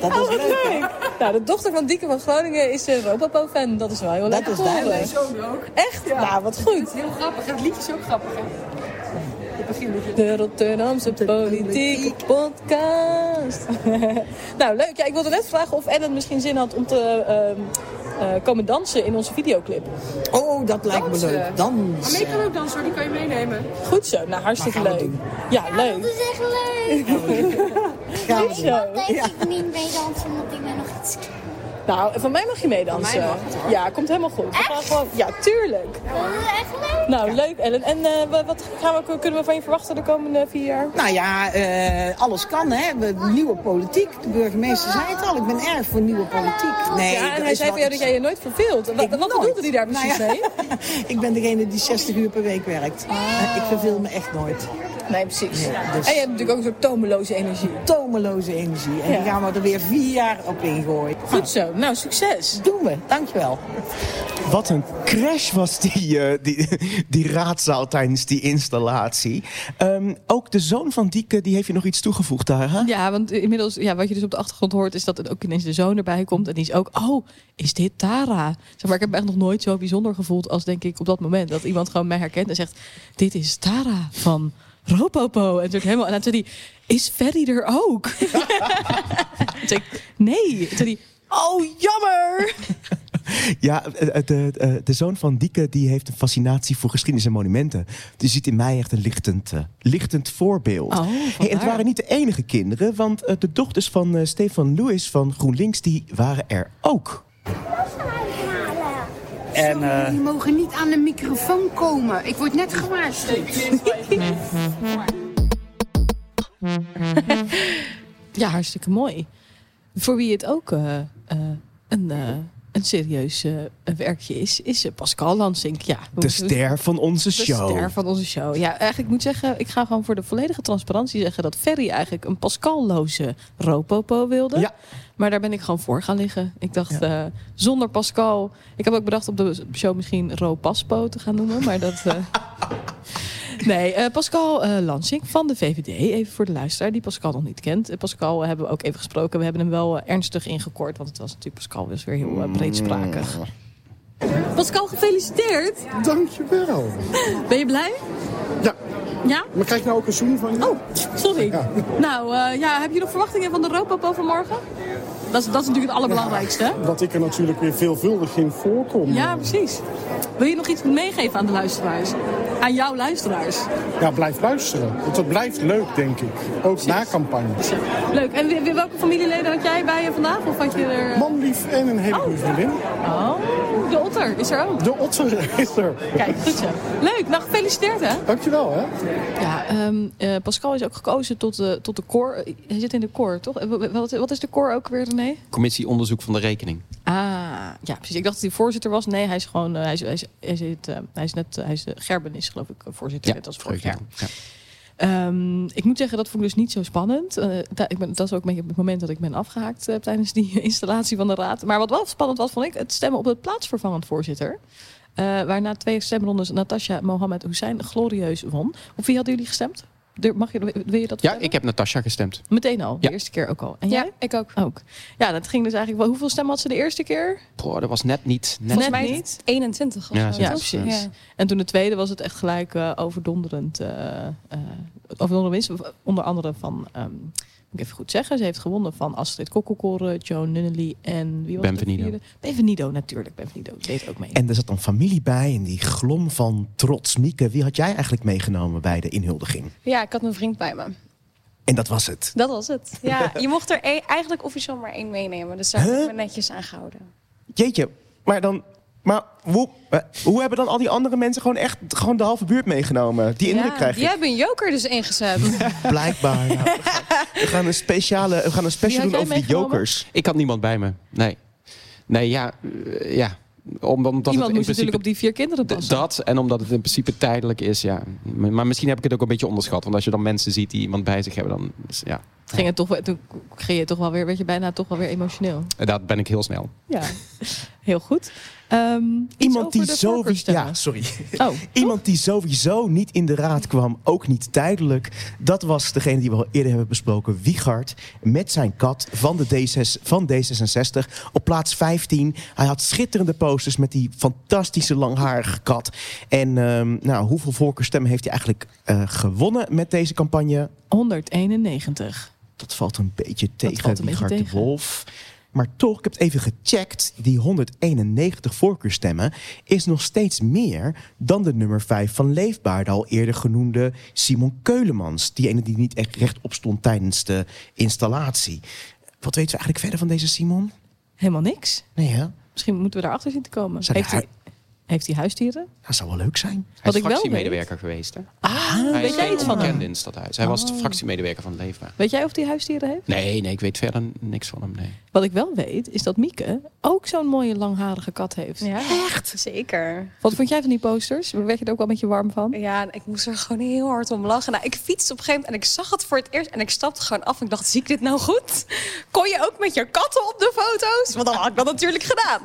Dat is leuk, hè?
Nou, de dochter van Dieke van Groningen is een Robopo-fan. Dat is wel heel leuk.
Dat is
te horen.
duidelijk.
Echt? Nou, wat goed.
Heel grappig. Het liedje is ook grappig, hè? Het begin met
De Rotterdamse Politieke Podcast. nou, leuk. Ja, ik wilde net vragen of Ellen misschien zin had om te ehm, eh, komen dansen in onze videoclip.
Oh, dat lijkt me
Dansen.
leuk. Dan.
Maar mee kan ook dansen, hoor. Die kan je meenemen.
Goed zo. Nou, hartstikke
Maar gaan we
leuk.
doen.
Ja, leuk.
is echt leuk.
Gaan
Goed
we doen.
zo.
Ja.
ik niet mee dansen, omdat ik ben nog iets...
Nou, van mij mag je meedansen. Ja, komt helemaal goed. We gaan gewoon... Ja, tuurlijk.
Dat is echt leuk.
Nou, leuk Ellen. En eh, wat gaan we, kunnen we van je verwachten de komende vier jaar?
Nou ja, eh, alles kan, hè. We- Nieuwe politiek. De burgemeester zei het al. Ik ben erg voor nieuwe politiek. Nee,
ja, en
er
hij
is
zei van
wel
jou dat
iets-
jij je nooit verveelt. En Wat,
Ik
wat
nooit.
bedoelde hij daar precies
Nou
mee?
ja, ik ben degene die 60 uur per week werkt.
Ah.
Eh, Ik verveel me echt nooit.
Nee, precies.
Ja, dus-
En je hebt natuurlijk ook een soort tomeloze energie.
Tomeloze energie. En
Ja.
die gaan we er weer vier jaar op ingooien. Nou,
Goed zo. Nou, succes.
doen we. Dankjewel.
Wat een crash was die, eh, die, die raadzaal tijdens die installatie. Ehm, ook de zoon van Dieke, die heeft je nog iets toegevoegd daar, hè?
Ja, want inmiddels, ja, wat je dus op de achtergrond hoort, is dat het ook ineens de zoon erbij komt. En die is ook, oh, is dit Tara? Zeg maar, ik heb me echt nog nooit zo bijzonder gevoeld als denk ik op dat moment. Dat iemand gewoon mij herkent en zegt, dit is Tara van Ropopo. En toen helemaal, en dan zei hij, is Ferry er ook? Toen zei ik, nee. Toen zei hij, oh, jammer.
Ja, eh, eh, de, eh, de zoon van Dieke die heeft een fascinatie voor geschiedenis en monumenten. Die ziet in mij echt een lichtend, eh, lichtend voorbeeld.
Oh,
Hey, en het
vandaar.
waren niet de enige kinderen, want eh, de dochters van eh, Stefan Lewis van GroenLinks die waren er ook.
En eh,
Die mogen niet aan de microfoon komen. Ik word net gewaarschuwd.
Ja, hartstikke mooi. Voor wie het ook eh, eh, een, eh, een serieus eh, werkje is, is eh, Pascal Lansink. Ja,
De
hoe- hoe-
ster van onze
De
show.
ster van onze show. Ja, eigenlijk moet ik zeggen, ik ga gewoon voor de volledige transparantie zeggen dat Ferry eigenlijk een Pascalloze Ropopo wilde.
Ja.
Maar daar ben ik gewoon voor gaan liggen. Ik dacht, eh, zonder Pascal. Ik heb ook bedacht op de show misschien Ro Paspo te gaan noemen, maar dat. eh, Nee, eh, Pascal eh Lansing van de VVD. Even voor de luisteraar die Pascal nog niet kent. Eh, Pascal eh, hebben we ook even gesproken. We hebben hem wel eh, ernstig ingekort. Want het was natuurlijk Pascal was weer heel eh, breedsprakig.
Mm. Pascal, gefeliciteerd.
Dankjewel.
Ben je blij?
Ja,
Ja?
maar krijg ik nou ook een zoen van je?
Oh, sorry. Nou, eh, ja, heb je nog verwachtingen van de Ropopo vanmorgen? Dat is, dat is natuurlijk het allerbelangrijkste. hè?
Dat ik er natuurlijk weer veelvuldig in voorkom.
Ja, precies. Wil je nog iets meegeven aan de luisteraars? Aan jouw luisteraars?
Ja, blijf luisteren. Want het blijft leuk, denk ik. Ook na campagne.
Leuk. En weer, weer welke familieleden had jij bij je vandaag? Of had je er...
Manlief en een hele goede vriendin.
Oh, de otter is er ook.
De otter is er.
Kijk, goed zo. Leuk, nou gefeliciteerd hè.
Dankjewel hè.
Ja, ehm, eh, Pascal is ook gekozen tot, de tot de koor. Hij zit in de koor, toch? Eh, wa- Wat, wat is de koor ook weer, René?
Commissie onderzoek van de rekening.
Ah, ja, precies. Ik dacht dat hij voorzitter was. Nee, hij is gewoon. eh, hij, is, hij, is, hij, zit, eh, hij is net. eh, hij is de Gerben is geloof ik eh, voorzitter. net als vorig jaar. Ehm, ik moet zeggen, dat vond ik dus niet zo spannend. Eh, da- ik ben, dat is ook een beetje het moment dat ik ben afgehaakt eh, tijdens die installatie van de raad. Maar wat wel spannend was, vond ik het stemmen op het plaatsvervangend voorzitter. Eh waarna twee stemrondes Natasha Mohammed Hussein glorieus won. Op wie hadden jullie gestemd? Dur- Mag je, wil je dat
Ja, ik heb Natasja gestemd.
Meteen al, de eerste keer ook al. En jij?
ik ook.
Ook. Ja, dat ging dus eigenlijk wel. Hoeveel stemmen had ze de eerste keer?
Boah, dat was net niet. Net
Volgens mij
niet.
niet.
21 of
Ja,
zo.
Ja,
toch?
precies.
Ja.
En toen de tweede was het echt gelijk eh, overdonderend. eh eh, overdonderend winst. Onder andere van, ehm, moet ik even goed zeggen, ze heeft gewonnen van Astrid Kokkelkoren, Joan Nunnally en wie was
Benvenido.
de vierde? Benvenido, natuurlijk. Benvenido deed ook mee.
En er zat dan familie bij en die glom van trots. Mieke, wie had jij eigenlijk meegenomen bij de inhuldiging?
Ja, ik had mijn vriend bij me.
En dat was het.
Dat was het. Ja, je mocht er e- eigenlijk officieel maar één meenemen. Dus daar heb ik me netjes aan gehouden.
Jeetje, maar dan... Maar hoe, eh, hoe hebben dan al die andere mensen gewoon echt gewoon de halve buurt meegenomen? Die indruk
ja,
krijg ik.
Die hebben een joker dus ingezet.
Blijkbaar. ja. We, gaan, we gaan een speciale, we gaan een special doen over die jokers.
Ik had niemand bij me. Nee. Nee, ja. eh, ja. Om- Omdat
Iemand
het in
moest
principe
natuurlijk op die vier kinderen passen.
Dat en omdat het in principe tijdelijk is, ja. M- Maar misschien heb ik het ook een beetje onderschat. Want als je dan mensen ziet die iemand bij zich hebben, dan is- ja.
Ging het toch, wel- toen ging je toch wel weer, werd je bijna toch wel weer emotioneel.
En Daar ben ik heel snel.
Ja, heel goed. Ehm, iets
Iemand
over
die,
de
sowieso,
voorkeurstemmen.
ja, sorry.
Oh,
Iemand die sowieso niet in de raad kwam, ook niet tijdelijk. Dat was degene die we al eerder hebben besproken. Wiegard met zijn kat van, de D6, van D66 op plaats 15. Hij had schitterende posters met die fantastische langharige kat. En ehm, nou, hoeveel voorkeurstemmen heeft hij eigenlijk eh, gewonnen met deze campagne?
191.
Dat valt een beetje tegen
valt een beetje
Wiegard de
tegen.
Wolf. Maar toch, ik heb het even gecheckt. Die 191 voorkeurstemmen is nog steeds meer dan de nummer 5 van Leefbaar. De al eerder genoemde Simon Keulemans. Die ene die niet echt rechtop stond tijdens de installatie. Wat weten we eigenlijk verder van deze Simon?
Helemaal niks.
Nee, hè?
Misschien moeten we daarachter zien te komen.
Zou die
Heeft hij, heeft hij huisdieren?
Dat zou wel leuk zijn.
Wat
hij
ik
is
wel
fractiemedewerker geweest. Hè?
Ah,
hij
weet
is
jij
geen
iets van
onbekende
hem?
in het stadhuis. Hij was de fractiemedewerker van Leefbaar.
Weet jij of hij huisdieren heeft?
Nee, nee, ik weet verder niks van hem. Nee.
Wat ik wel weet, is dat Mieke ook zo'n mooie langharige kat heeft.
Ja, echt? Zeker.
Wat vond jij van die posters? Werd je er ook wel een beetje warm van?
Ja, en ik moest er gewoon heel hard om lachen. Nou, ik fietste op een gegeven moment en ik zag het voor het eerst. En ik stapte gewoon af en ik dacht, zie ik dit nou goed? Kon je ook met je katten op de foto's? Want dan had ik dat natuurlijk gedaan.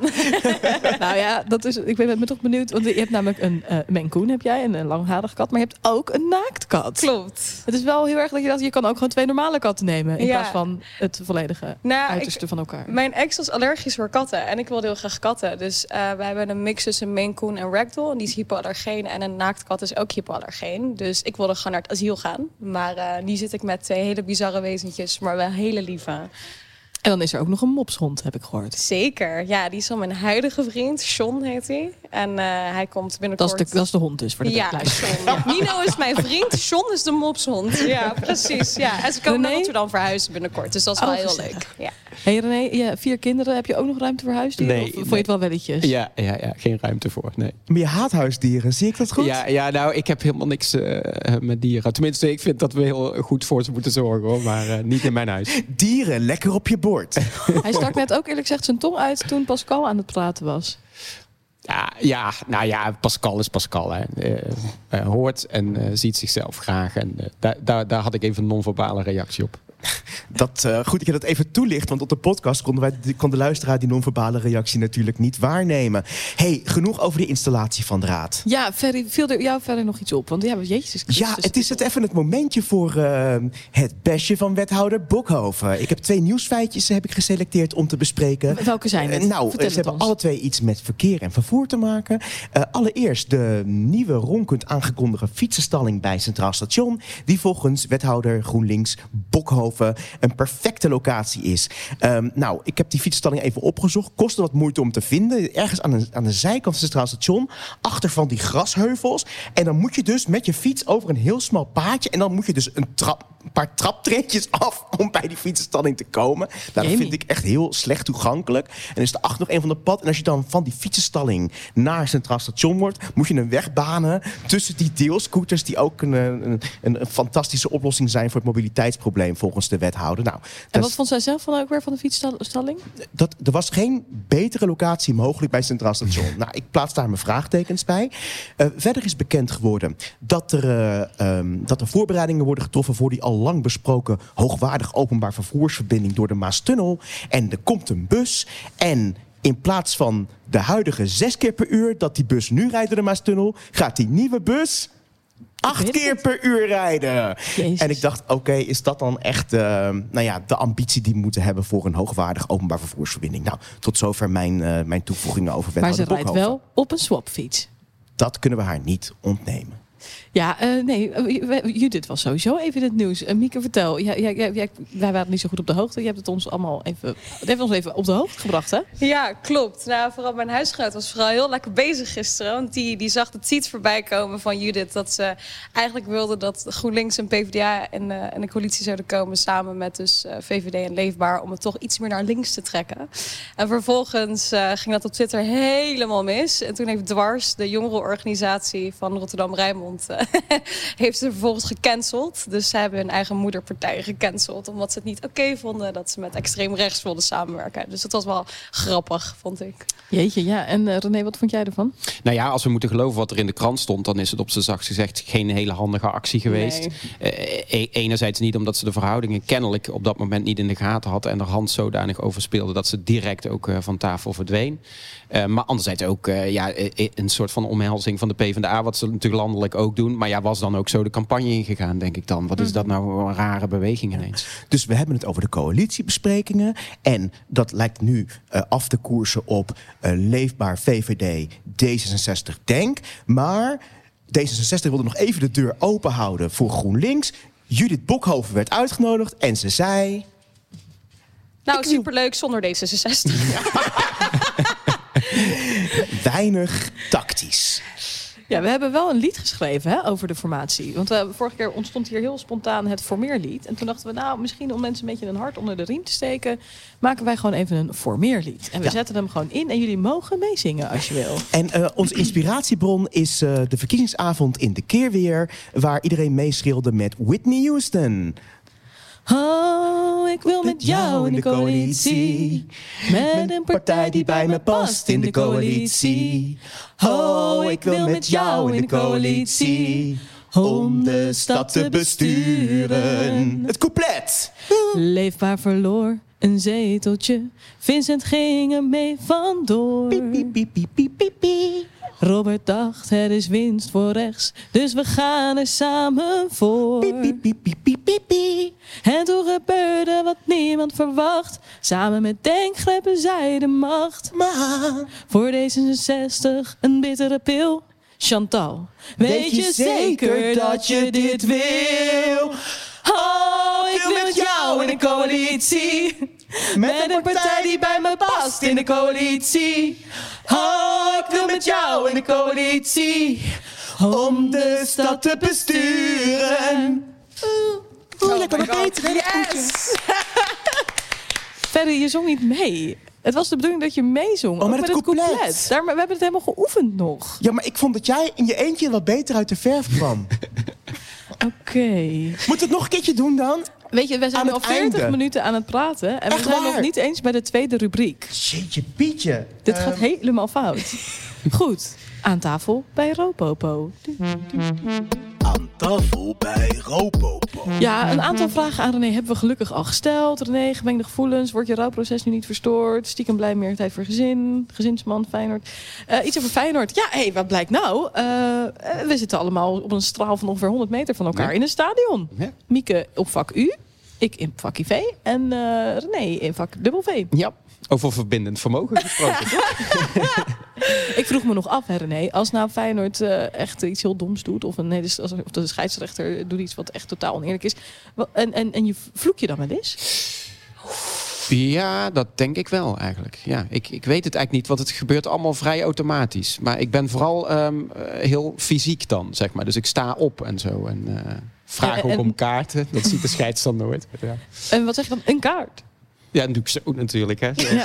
nou ja, dat is, ik ben, ben toch benieuwd. Want je hebt namelijk een eh menkoen, heb jij, en een langharige kat. Maar je hebt ook een naaktkat.
Klopt.
Het is wel heel erg dat je dat... Je kan ook gewoon twee normale katten nemen. In
Ja.
plaats van het volledige
Nou,
uiterste van elkaar.
Mijn ex was allergisch voor katten en ik wilde heel graag katten. Dus eh, we hebben een mix tussen Maine Coon en Ragdoll. En die is hypoallergeen en een naaktkat is ook hypoallergeen. Dus ik wilde gewoon naar het asiel gaan. Maar eh nu zit ik met twee hele bizarre wezentjes, maar wel hele lieve.
En dan is er ook nog een mopshond, heb ik gehoord.
Zeker, ja, die is van mijn huidige vriend. Sean heet hij. En eh, hij komt
Dat
binnenkort...
is, de, dat is de hond dus, voor de
ja,
luisteraar.
Sean, ja. Nino is mijn vriend, Sean is de mopshond. Ja, precies. Ja. En ze komen naar Rotterdam verhuizen binnenkort, dus dat is
Oh,
wel heel
gezellig.
leuk. Ja.
Hey René, ja, vier kinderen. Heb je ook nog ruimte voor huisdieren?
Nee,
of vond je
nee.
het wel welletjes?
Ja, ja, ja, geen ruimte voor. Nee.
Maar je haat huisdieren, zie ik dat goed?
Ja, ja, nou, ik heb helemaal niks eh, met dieren. Tenminste, ik vind dat we heel goed voor ze moeten zorgen, hoor. Maar eh, niet in mijn huis.
Dieren, lekker op je bord.
Hij stak net ook eerlijk gezegd zijn tong uit toen Pascal aan het praten was.
Ja, ja, nou ja, Pascal is Pascal. Hè. Eh, eh, hoort en eh, ziet zichzelf graag. En eh, daar, daar, daar had ik even een non-verbale reactie op.
Dat, eh, goed dat je dat even toelicht, want op de podcast konden wij, die- kon de luisteraar die non-verbale reactie natuurlijk niet waarnemen. hey, genoeg over de installatie van de raad.
Ja, Ferry, viel er jou verder nog iets op? Want ja, jezus Christus.
Ja, het is het even het momentje voor eh, het besje van wethouder Bokhoven. Ik heb twee nieuwsfeitjes eh, heb ik geselecteerd om te bespreken.
Welke zijn het?
Eh, nou,
Vertel
ze
het
hebben
ons.
alle twee iets met verkeer en vervoer te maken. Eh, allereerst de nieuwe ronkend aangekondigde fietsenstalling bij Centraal Station. Die volgens wethouder GroenLinks Bokhoven Eindhoven een perfecte locatie is. Ehm, nou, ik heb die fietsstalling even opgezocht. Kostte wat moeite om te vinden. Ergens aan de, aan de zijkant van het Centraal Station. Achter van die grasheuvels. En dan moet je dus met je fiets over een heel smal paadje. En dan moet je dus een trap een paar traptreetjes af om bij die fietsenstalling te komen. Nou, dat
Jamie.
vind ik echt heel slecht toegankelijk. En is de acht nog een van de pad. En als je dan van die fietsenstalling naar het Centraal Station wordt, moet je een weg banen tussen die deelscooters, die ook een, een, een een fantastische oplossing zijn voor het mobiliteitsprobleem volgens de wethouder. Nou,
En
dat
wat vond zij zelf van ook weer van de fietsstalling?
dat, er was geen betere locatie mogelijk bij Centraal Station. nou, ik plaats daar mijn vraagtekens bij. Eh, verder is bekend geworden dat er, eh, ehm, dat er voorbereidingen worden getroffen voor die al lang besproken hoogwaardig openbaar vervoersverbinding door de Maastunnel. En er komt een bus. En in plaats van de huidige zes keer per uur dat die bus nu rijdt door de Maastunnel, gaat die nieuwe bus acht keer per uur rijden. En ik dacht, oké, is dat dan echt eh, nou ja, de ambitie die we moeten hebben voor een hoogwaardig openbaar vervoersverbinding? Nou, tot zover mijn, eh, mijn toevoegingen over
Maar ze
wethouder
rijdt
Bokhoven.
wel op een swapfiets.
Dat kunnen we haar niet ontnemen.
Ja, eh, nee, eh, we- Judith was sowieso even in het nieuws. Eh, Mieke, vertel. Ja, ja, ja, ja, wij waren niet zo goed op de hoogte. Je hebt het ons allemaal even, het heeft ons even op de hoogte gebracht, hè?
Ja, klopt. Nou, vooral mijn huisgenoot was vooral heel lekker bezig gisteren. Want die, die zag de tweet voorbij komen van Judith. Dat ze eigenlijk wilde dat GroenLinks en PvdA en, eh en de coalitie zouden komen. Samen met dus eh, VVD en Leefbaar. Om het toch iets meer naar links te trekken. En vervolgens eh, ging dat op Twitter helemaal mis. En toen heeft Dwars, de jongerenorganisatie van Rotterdam-Rijnmond... eh, heeft ze vervolgens gecanceld. Dus ze hebben hun eigen moederpartij gecanceld. Omdat ze het niet oké vonden dat ze met extreem rechts wilden samenwerken. Dus dat was wel grappig, vond ik.
Jeetje, ja. En eh, René, wat vond jij ervan?
Nou ja, als we moeten geloven wat er in de krant stond, dan is het op zijn zachtst gezegd geen hele handige actie geweest. Eh, e- enerzijds niet omdat ze de verhoudingen kennelijk op dat moment niet in de gaten had en haar hand zodanig overspeelde dat ze direct ook eh, van tafel verdween. Eh, maar anderzijds ook eh, ja, eh, een soort van omhelzing van de PvdA, wat ze natuurlijk landelijk ook doen. Maar ja, was dan ook zo de campagne ingegaan, denk ik dan. Wat is dat nou voor een rare beweging ineens?
Dus we hebben het over de coalitiebesprekingen. En dat lijkt nu eh, af te koersen op eh, leefbaar VVD D66 Denk. Maar D66 wilde nog even de deur open houden voor GroenLinks. Judith Bokhoven werd uitgenodigd en ze zei...
Nou, superleuk zonder D66.
weinig tactisch.
Ja, we hebben wel een lied geschreven hè, over de formatie. Want eh, vorige keer ontstond hier heel spontaan het formeerlied. En toen dachten we, nou, misschien om mensen een beetje een hart onder de riem te steken... maken wij gewoon even een formeerlied. En we zetten hem gewoon in en jullie mogen meezingen als je wil.
En eh, onze inspiratiebron is eh, de verkiezingsavond in de Keerweer... waar iedereen meeschreeuwde met Whitney Houston.
Oh, ik wil met jou in de coalitie. Met een partij die bij me past in de coalitie. Oh, ik wil met jou in de coalitie. Om de stad te besturen.
Het couplet.
Leefbaar verloor een zeteltje. Vincent ging er mee vandoor. Robert dacht, het is winst voor rechts, dus we gaan er samen voor. En toen gebeurde wat niemand verwacht. Samen met Denk grepen zij de macht. Voor D66 een bittere pil. Chantal, weet, je, zeker dat je dit wil? Oh, ik wil met jou in de coalitie. Met een partij die bij me past in de coalitie. Oh, ik wil met jou in de coalitie. Om de stad te besturen. Oh, lekker wat beter. Yes! Verder, je zong niet mee. Het was de bedoeling dat je meezong.
Oh,
ook
met het couplet.
Daar, maar we hebben het helemaal geoefend nog.
Ja, maar ik vond dat jij in je eentje wat beter uit de verf kwam.
Oké.
Moet het nog een keertje doen dan?
Weet je, we zijn
Aan
nu al
het
40
einde.
minuten aan het praten. En
Echt
we zijn nog
waar?
niet eens bij de tweede rubriek.
Jeetje pietje.
Dit
Eh,
gaat helemaal fout. Goed. Aan tafel bij Ropopo.
Aan tafel bij Robopo.
Ja, een aantal vragen aan René hebben we gelukkig al gesteld. René, gemengde gevoelens. Wordt je rouwproces nu niet verstoord? Stiekem blij meer tijd voor gezin. Gezinsman, Feyenoord. Eh, iets over Feyenoord. Ja, hé, wat blijkt nou? Eh, eh, we zitten allemaal op een straal van ongeveer 100 meter van elkaar in een stadion. Mieke op vak U. Ik in vak IV en eh René in vak dubbel V.
Ja. Over verbindend vermogen gesproken.
Ik vroeg me nog af, hè, René, als nou Feyenoord eh, echt iets heel doms doet, of, een, nee, dus als, of de scheidsrechter doet iets wat echt totaal oneerlijk is, wel- en, en, en je vloek je dan wel eens?
Ja, dat denk ik wel eigenlijk. Ja, ik, ik weet het eigenlijk niet, want het gebeurt allemaal vrij automatisch. Maar ik ben vooral ehm, eh, heel fysiek dan, zeg maar. Dus ik sta op en zo. En eh, vraag
Ja,
ook
en-
om kaarten. Dat ziet de scheids dan nooit. Ja,
En wat zeg je dan? Een kaart.
ja en doe ik zo natuurlijk. Hè. Zo.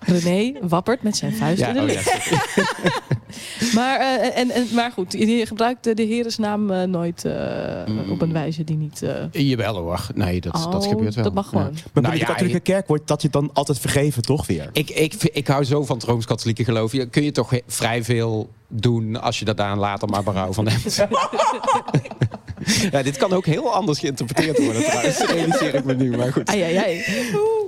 René wappert met zijn vuist
Ja,
in de
oh ja,
lucht. maar, eh, en, en, maar goed, je gebruikt de, de herensnaam eh, nooit eh,
Mm.
op een wijze die niet... eh,
Jawel hoor. Nee, dat, dat
Oh,
gebeurt wel.
dat mag gewoon.
Ja.
Maar
Nou
bij de
ja,
katholieke kerk wordt dat je dan altijd vergeven, toch weer?
Ik, ik, vind- ik hou zo van het Rooms-Katholieke geloof. Je- Kun je toch he- vrij veel doen als je daar dan later maar berouw van hebt. ja, dit kan ook heel anders geïnterpreteerd worden trouwens. Realiseer ik me nu, maar goed.
Ai, ai, ai.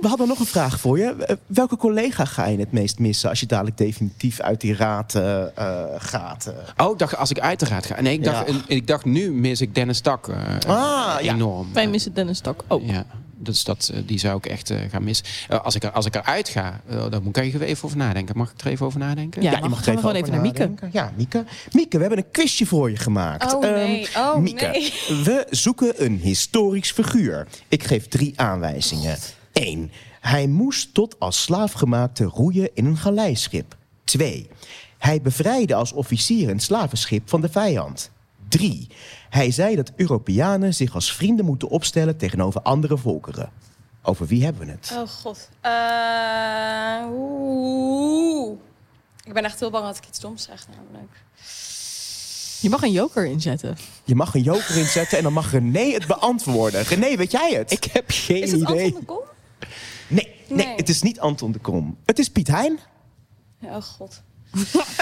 We hadden nog een vraag voor je. Eh, Welke collega ga je het meest missen als je dadelijk definitief uit die raad eh, eh, gaat? eh?
Oh, ik dacht, als ik uit de raad ga. Nee, ik dacht,
Ja.
en- ik dacht nu mis ik Dennis Tak eh,
Ah, ja.
enorm.
Wij missen Dennis Tak ook.
Ja, dus dat, eh, die zou ik echt eh, gaan missen. Eh, als, ik, er- als ik eruit ga, eh, dan moet ik er even over nadenken. Mag ik er even over nadenken?
Ja, je mag gaan we gewoon
over
even naar Mieke.
nadenken. Ja, Mieke. Mieke, we hebben een quizje voor je gemaakt.
Oh, nee.
Ehm,
Oh,
Mieke,
nee.
we zoeken een historisch figuur. Ik geef drie aanwijzingen. 1. Hij moest tot als slaafgemaakte roeien in een galeischip. 2. Hij bevrijdde als officier een slavenschip van de vijand. 3. Hij zei dat Europeanen zich als vrienden moeten opstellen tegenover andere volkeren. Over wie hebben we het?
Oh god. Eh, oeh. Ik ben echt heel bang dat ik iets doms zeg namelijk.
Je mag een joker inzetten.
Je mag een joker inzetten en dan mag René het beantwoorden. René, weet jij het?
Ik heb geen
Is het
idee.
Anton de Kom?
Nee, nee,
Nee.
het is niet Anton de Kom. Het is Piet Hein.
Ja, Oh god.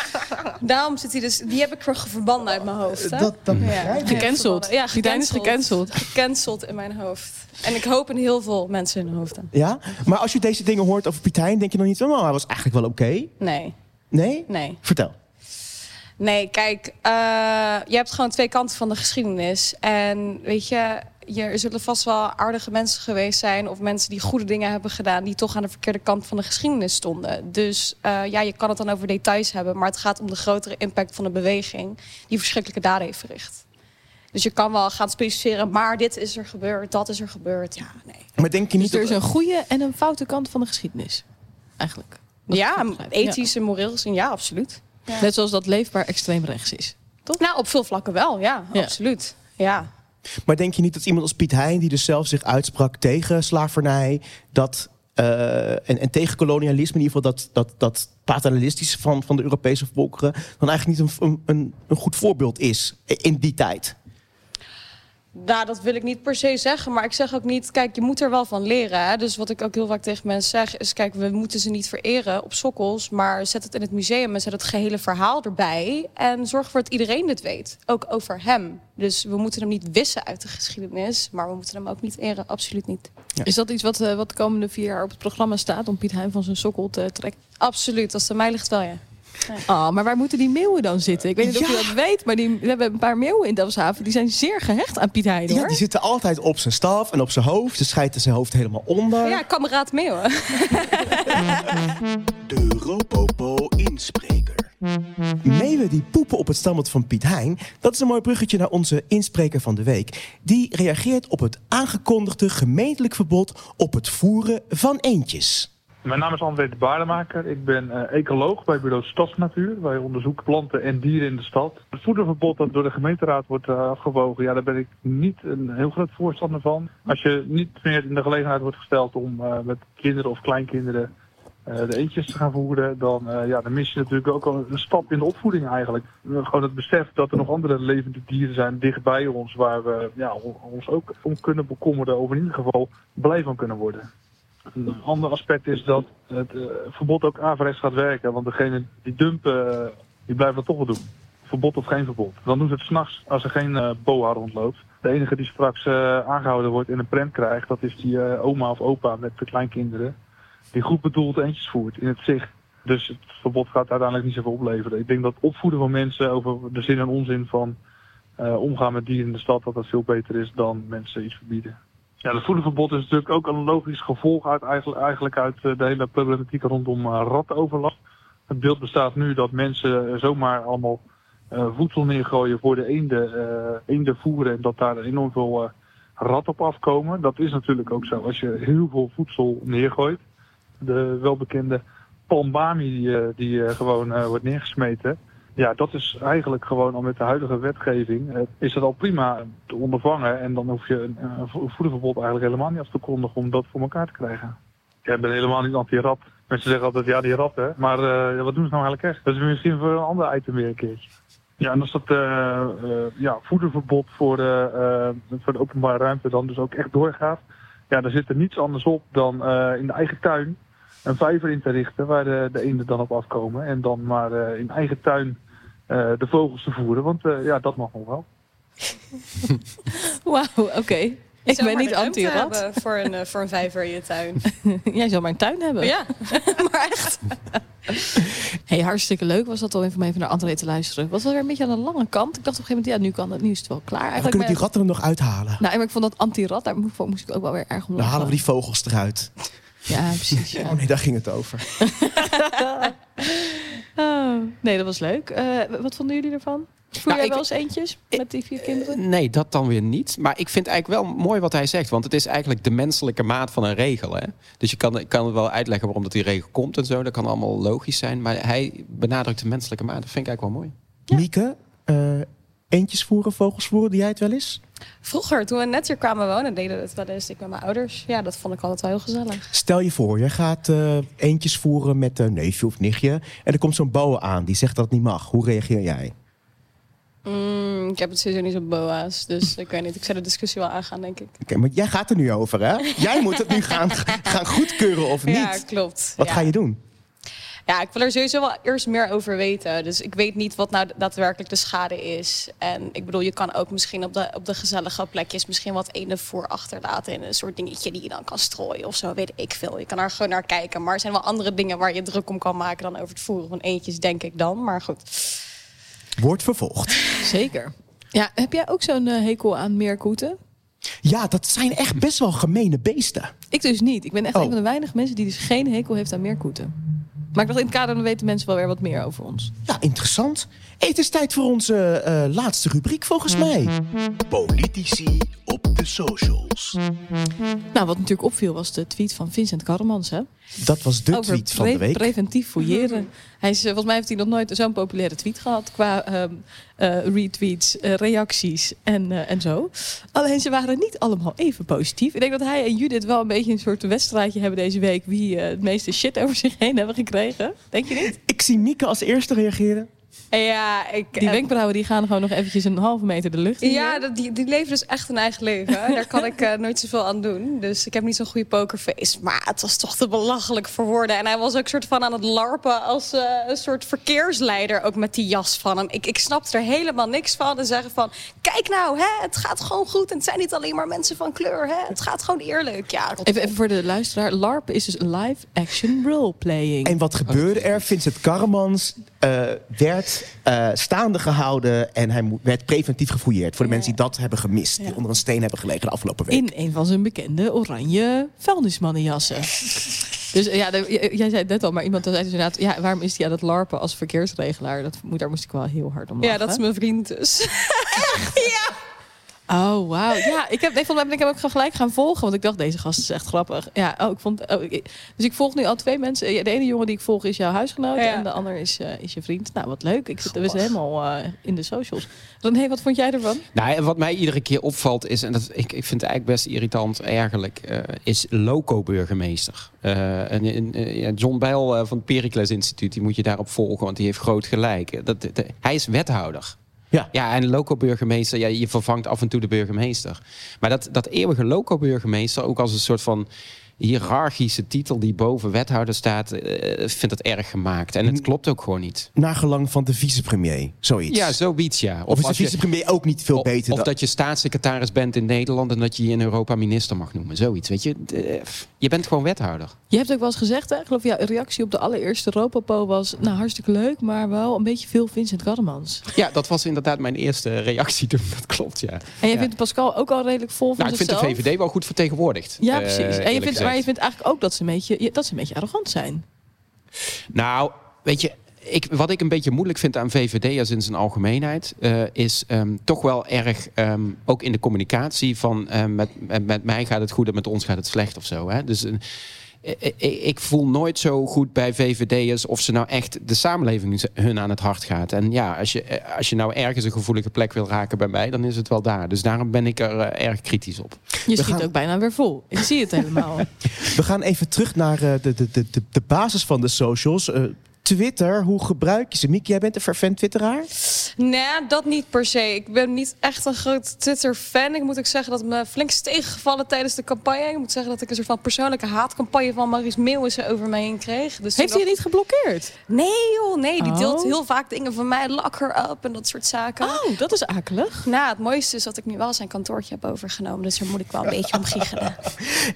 Daarom zit hij dus... Die heb ik er verband uit mijn hoofd. Hè?
Dat, dat
Ja.
begrijp ik.
Gecanceld.
Ja,
Die Dijn is gecanceld.
Gecanceld in mijn hoofd. En ik hoop in heel veel mensen in hun hoofd aan.
Ja? Maar als je deze dingen hoort over Piet Hein, denk je dan niet... oh, hij was eigenlijk wel oké?
Nee,
Nee?
nee.
Vertel.
Nee, kijk, eh, je hebt gewoon twee kanten van de geschiedenis. En weet je, je- er zullen vast wel aardige mensen geweest zijn... of mensen die goede dingen hebben gedaan... die toch aan de verkeerde kant van de geschiedenis stonden. Dus eh, ja, je kan het dan over details hebben... maar het gaat om de grotere impact van de beweging... die verschrikkelijke daden heeft verricht. Dus je kan wel gaan specificeren, maar dit is er gebeurd, dat is er gebeurd. Ja, nee.
Maar denk je niet
Dus er is
dat...
een goede en een foute kant van de geschiedenis. Eigenlijk. Dat is
ja,
goed begrijp.
ethisch en moreel gezien, ja, absoluut.
Ja. Net zoals dat leefbaar extreem rechts is.
Nou, op veel vlakken wel, ja,
Ja.
absoluut. Ja.
Maar denk je niet dat iemand als Piet Hein, die dus zelf zich uitsprak tegen slavernij... dat eh, en, en tegen kolonialisme in ieder geval, dat, dat, dat paternalistische van, van de Europese volkeren... dan eigenlijk niet een, een, een goed voorbeeld is eh, in die tijd?
Nou, dat wil ik niet per se zeggen, maar ik zeg ook niet... Kijk, je moet er wel van leren, hè? Dus wat ik ook heel vaak tegen mensen zeg is... Kijk, we moeten ze niet vereren op sokkels... maar zet het in het museum en zet het gehele verhaal erbij... en zorg ervoor dat iedereen dit weet, ook over hem. Dus we moeten hem niet wissen uit de geschiedenis... maar we moeten hem ook niet eren, absoluut niet.
Is dat iets wat, eh, wat de komende vier jaar op het programma staat om Piet Hein van zijn sokkel te trekken?
Absoluut, als het aan mij ligt wel, ja.
Ah, maar waar moeten die meeuwen dan zitten? Ik weet niet of je dat weet, maar die, we hebben een paar meeuwen in Delfshaven. Die zijn zeer gehecht aan Piet Hein,
Ja,
hoor.
die zitten altijd op zijn staf en op zijn hoofd. Ze schijten zijn hoofd helemaal onder.
Ja, kameraad Meeuwen.
De Robopo inspreker.
Meeuwen die poepen op het standbeeld van Piet Hein. Dat is een mooi bruggetje naar onze inspreker van de week. Die reageert op het aangekondigde gemeentelijk verbod op het voeren van eendjes.
Mijn naam is André de Baardenmaker. Ik ben eh, ecoloog bij bureau Stadsnatuur. Wij onderzoeken planten en dieren in de stad. Het voederverbod dat door de gemeenteraad wordt eh, afgewogen, ja, daar ben ik niet een heel groot voorstander van. Als je niet meer in de gelegenheid wordt gesteld om eh, met kinderen of kleinkinderen eh, de eentjes te gaan voeren, dan, eh, ja, dan mis je natuurlijk ook al een stap in de opvoeding eigenlijk. Eh, Gewoon het besef dat er nog andere levende dieren zijn dichtbij ons, waar we ja, on- ons ook om kunnen bekommeren, of in ieder geval blij van kunnen worden. Een ander aspect is dat het eh, verbod ook averechts gaat werken. Want degene die dumpen, eh, die blijven dat toch wel doen. Verbod of geen verbod. Dan doen ze het s'nachts als er geen eh, boa rondloopt. De enige die straks eh, aangehouden wordt en een prent krijgt, dat is die eh, oma of opa met de kleinkinderen. Die goed bedoeld eentjes voert in het zicht. Dus het verbod gaat uiteindelijk niet zoveel opleveren. Ik denk dat opvoeden van mensen over de zin en onzin van eh, omgaan met dieren in de stad, dat dat veel beter is dan mensen iets verbieden. Ja, het voederverbod is natuurlijk ook een logisch gevolg uit, eigenlijk, eigenlijk uit eh, de hele problematiek rondom eh, ratoverlast. Het beeld bestaat nu dat mensen eh, zomaar allemaal eh, voedsel neergooien voor de eenden, eh eenden voeren en dat daar enorm veel eh, rat op afkomen. Dat is natuurlijk ook zo. Als je heel veel voedsel neergooit, de welbekende palmbami die, eh, die eh, gewoon eh, wordt neergesmeten. Ja, dat is eigenlijk gewoon al met de huidige wetgeving. eh, is dat al prima te ondervangen. En dan hoef je een, eh, vo- voederverbod eigenlijk helemaal niet af te kondigen om dat voor elkaar te krijgen. Ja, ik ben helemaal niet anti-rap. Mensen zeggen altijd, ja, die rap, hè. Maar eh, ja, wat doen ze nou eigenlijk echt? Dat is misschien voor een ander item weer een keertje. Ja, en als dat eh, eh, ja, voederverbod voor, de, eh, voor de openbare ruimte dan dus ook echt doorgaat... Ja, daar zit er niets anders op dan eh, in de eigen tuin een vijver in te richten... waar de, de eenden dan op afkomen. En dan maar eh, in eigen tuin eh, de vogels te voeren. Want eh, ja, dat mag nog wel.
Wauw, oké. Ik ben niet anti-rat.
Voor een, eh, voor een vijver in je tuin.
Jij zou maar een tuin hebben.
Ja, maar echt.
Hey, hartstikke leuk was dat al even om even naar André te luisteren. Was wel weer een beetje aan de lange kant. Ik dacht op een gegeven moment, ja, nu, kan het, nu is het wel klaar.
Dan
Eigenlijk
kunnen we die
maar-
ratten er nog uithalen.
Nou, maar ik vond dat anti-rat, daar moest, moest ik ook wel weer erg om
Dan
lachen.
halen we die vogels eruit.
Ja, precies. ja.
Oh nee, daar ging het over.
Oh, nee, dat was leuk. Eh, wat vonden jullie ervan? Voer
Nou,
jij
ik-
wel eens eentjes met die vier kinderen?
Eh, Nee, dat dan weer niet. Maar ik vind eigenlijk wel mooi wat hij zegt. Want het is eigenlijk de menselijke maat van een regel. Hè? Dus je kan, kan het wel uitleggen waarom dat die regel komt en zo. Dat kan allemaal logisch zijn. Maar hij benadrukt de menselijke maat. Dat vind ik eigenlijk wel mooi.
Mieke, eh, eentjes voeren, vogels voeren, die jij het wel eens?
Vroeger, toen we net hier kwamen wonen, deden we het wel eens. Ik met mijn ouders. Ja, dat vond ik altijd wel heel gezellig.
Stel je voor, je gaat eh, eentjes voeren met een neefje of nichtje. En er komt zo'n boa aan die zegt dat het niet mag. Hoe reageer jij?
Mm, ik heb het sowieso niet zo boa's. Dus ik weet niet. Ik zou de discussie wel aangaan, denk ik.
Oké, maar jij gaat er nu over, hè? Jij moet het nu gaan, gaan goedkeuren of niet.
Ja, klopt.
Wat
ja.
ga je doen?
Ja, ik wil er sowieso wel eerst meer over weten. Dus ik weet niet wat nou daadwerkelijk de schade is. En ik bedoel, je kan ook misschien op de, op de gezellige plekjes misschien wat ene voor achterlaten. In een soort dingetje die je dan kan strooien of zo, weet ik veel. Je kan er gewoon naar kijken. Maar er zijn wel andere dingen waar je druk om kan maken dan over het voeren van eentjes, denk ik dan. Maar goed.
Wordt vervolgd.
Zeker. Ja, heb jij ook zo'n eh, hekel aan meerkoeten?
Ja, dat zijn echt best wel gemene beesten.
Ik dus niet. Ik ben echt
Oh.
een van de weinige mensen die dus geen hekel heeft aan meerkoeten. Maar ik dacht, in het kader dan weten mensen wel weer wat meer over ons.
Ja, interessant. Hey, het is tijd voor onze eh, laatste rubriek volgens
Mhm.
mij. Politici op de socials.
Nou, wat natuurlijk opviel was de tweet van Vincent Karremans, hè?
Dat was de
Over
tweet van de
pre-
week.
preventief fouilleren. Hij is, eh, volgens mij heeft hij nog nooit zo'n populaire tweet gehad qua ehm, eh, retweets, eh, reacties en, eh, en zo. Alleen ze waren niet allemaal even positief. Ik denk dat hij en Judith wel een beetje een soort wedstrijdje hebben deze week wie eh, het meeste shit over zich heen hebben gekregen. Denk je niet?
Ik zie Mieke als eerste reageren.
Ja, ik... eh,
Die wenkbrauwen die gaan gewoon nog eventjes een halve meter de lucht in.
Ja, dat- die, die leven dus echt een eigen leven. Daar kan ik eh, nooit zoveel aan doen. Dus ik heb niet zo'n goede pokerface. Maar het was toch te belachelijk voor woorden. En hij was ook soort van aan het larpen als eh, een soort verkeersleider. Ook met die jas van hem. Ik, ik snapte er helemaal niks van. En zeggen van, kijk nou, hè, het gaat gewoon goed. En het zijn niet alleen maar mensen van kleur. Hè. Het gaat gewoon eerlijk. Ja, rot
Even,
op.
even voor de luisteraar. LARP is dus live action roleplaying.
En wat gebeurde er? Vincent Karremans eh, werd eh, staande gehouden en hij mo- werd preventief gefouilleerd. Voor de mensen die dat hebben gemist, die onder een steen hebben gelegen de afgelopen week.
In een van zijn bekende oranje vuilnismannenjassen. Dus eh, ja, de- j- jij zei het net al, maar iemand zei dus inderdaad... Ja, waarom is hij aan het larpen als verkeersregelaar? Dat, moet- daar moest ik wel heel hard om
ja,
lachen.
dat is mijn vriend dus.
Oh, wauw. Ja, ik heb, nee, volgens mij ben ik hem ook gewoon gelijk gaan volgen. Want ik dacht, deze gast is echt grappig. Ja, oh, ik vond, oh, ik- dus ik volg nu al twee mensen. Ja, De ene jongen die ik volg is jouw huisgenoot.
Ja.
En de ander is, eh, is je vriend. Nou, wat leuk. Ik zit, we zijn helemaal eh, in de socials. René, wat vond jij ervan?
Nou, en wat mij iedere keer opvalt is, en dat, ik, ik vind het eigenlijk best irritant, eigenlijk, eh, is loco-burgemeester. Eh, en, en, eh, ja, John Bijl eh, van het Pericles Instituut, die moet je daarop volgen, want die heeft groot gelijk. Eh, Dat, dat- hij is wethouder.
Ja.
ja, en loco-burgemeester, ja, je vervangt af en toe de burgemeester. Maar dat, dat eeuwige loco-burgemeester, ook als een soort van hiërarchische titel die boven wethouder staat, eh, vind dat erg gemaakt. En
Hm.
het klopt ook gewoon niet.
Naar gelang van de vicepremier, zoiets.
Ja, zoiets, ja.
of is de
als je-
vicepremier ook niet veel beter
of
dan...
dat je staatssecretaris bent in Nederland en dat je je in Europa minister mag noemen. Zoiets, weet je. De- Je bent gewoon wethouder.
Je hebt ook wel eens gezegd, hè, geloof ik, jouw reactie op de allereerste Ropopo was... Nou, hartstikke leuk, maar wel een beetje veel Vincent Karremans.
Ja, dat was inderdaad mijn eerste reactie toen. Dat klopt, ja.
En jij
Ja.
vindt Pascal ook al redelijk vol van
nou, ik vind de
zichzelf.
VVD wel goed vertegenwoordigd.
Ja,
eh,
precies. en je
eerlijk
vindt,
gezegd.
maar je vindt eigenlijk ook dat ze een beetje, je- dat ze een beetje arrogant zijn.
Nou, weet je, ik, wat ik een beetje moeilijk vind aan VVD'ers in zijn algemeenheid, eh, is ehm, toch wel erg, ehm, ook in de communicatie, van ehm, met, met, met mij gaat het goed en met ons gaat het slecht of zo. Hè? Dus eh, ik, ik- ik voel nooit zo goed bij VVD'ers of ze nou echt de samenleving ze- hun aan het hart gaat. En ja, als je, eh, als je nou ergens een gevoelige plek wil raken bij mij, dan is het wel daar. Dus daarom ben ik er eh, erg kritisch op.
Je schiet ook bijna weer vol. Ik zie het helemaal.
We gaan even terug naar eh, de, de, de, de- de basis van de socials. Eh, Twitter, hoe gebruik je ze? Mieke, jij bent een fervent twitteraar?
Nee, dat niet per se. Ik ben niet echt een groot Twitter-fan. Ik moet ook zeggen dat het me flink is tegengevallen tijdens de campagne. Ik moet zeggen dat ik een soort van persoonlijke haatcampagne van Maries Meeuwissen over mij heen kreeg. Dus
Heeft hij je niet geblokkeerd?
Nee joh, nee. Die deelt
Oh.
heel vaak dingen van mij, lock her up en dat soort zaken.
Oh, dat is akelig.
Nou, het mooiste is dat ik nu wel zijn kantoortje heb overgenomen. Dus daar moet ik wel een beetje om giechelen.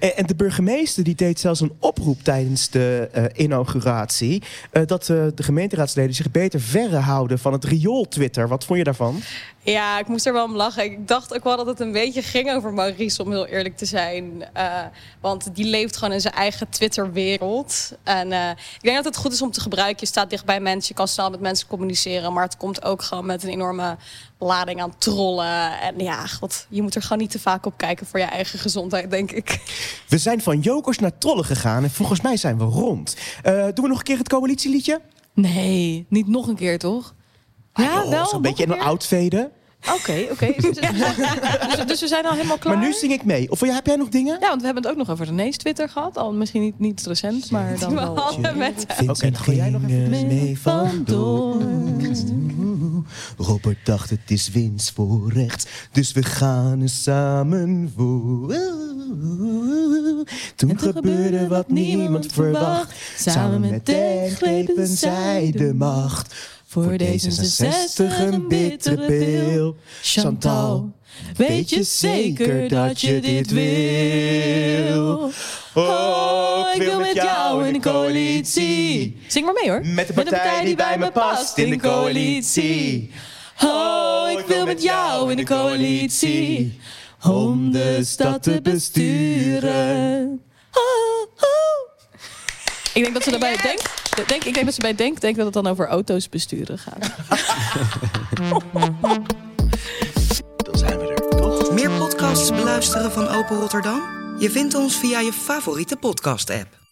En, en de burgemeester die deed zelfs een oproep tijdens de eh, inauguratie... eh, dat eh, de gemeenteraadsleden zich beter verre houden van het riool-Twitter. Wat vond je daarvan?
Ja, ik moest er wel om lachen. Ik dacht ook wel dat het een beetje ging over Maurice, om heel eerlijk te zijn. Eh, want die leeft gewoon in zijn eigen Twitter-wereld. En eh, ik denk dat het goed is om te gebruiken. Je staat dicht bij mensen, je kan snel met mensen communiceren. Maar het komt ook gewoon met een enorme lading aan trollen. En ja, god, je moet er gewoon niet te vaak op kijken voor je eigen gezondheid, denk ik.
We zijn van jokers naar trollen gegaan en volgens mij zijn we rond. Eh, doen we nog een keer het coalitieliedje?
Nee, niet nog een keer toch?
ja, wel. Ah, Oh, Zo'n beetje en dan outfaden.
Oké, oké. Dus- dus, dus we zijn al helemaal klaar.
Maar nu zing ik mee. Of wil jij- heb jij nog dingen?
Ja, want we hebben het ook nog over René's Twitter gehad. Al misschien niet, niet recent, maar dan wel.
Ah, Oké, dan ga jij nog even eh, mee vandoor. Robert dacht het is winst voor rechts, dus we gaan er samen voor. Toen gebeurde wat niemand verwacht, samen met Deg grepen zij de macht. Voor D66 een bittere pil, Chantal, weet je zeker dat je dit wil? Oh, ik wil met jou in de coalitie.
Zing maar mee hoor.
Met de partij die bij me past in de coalitie.
Oh, ik wil met jou in de coalitie.
Om de stad te besturen.
Oh, Ik denk dat ze daarbij denk, denk, ik denk dat ze bij denk, denk dat het dan over auto's besturen gaat.
Meer podcasts beluisteren van Open Rotterdam? Je vindt ons via je favoriete podcast-app.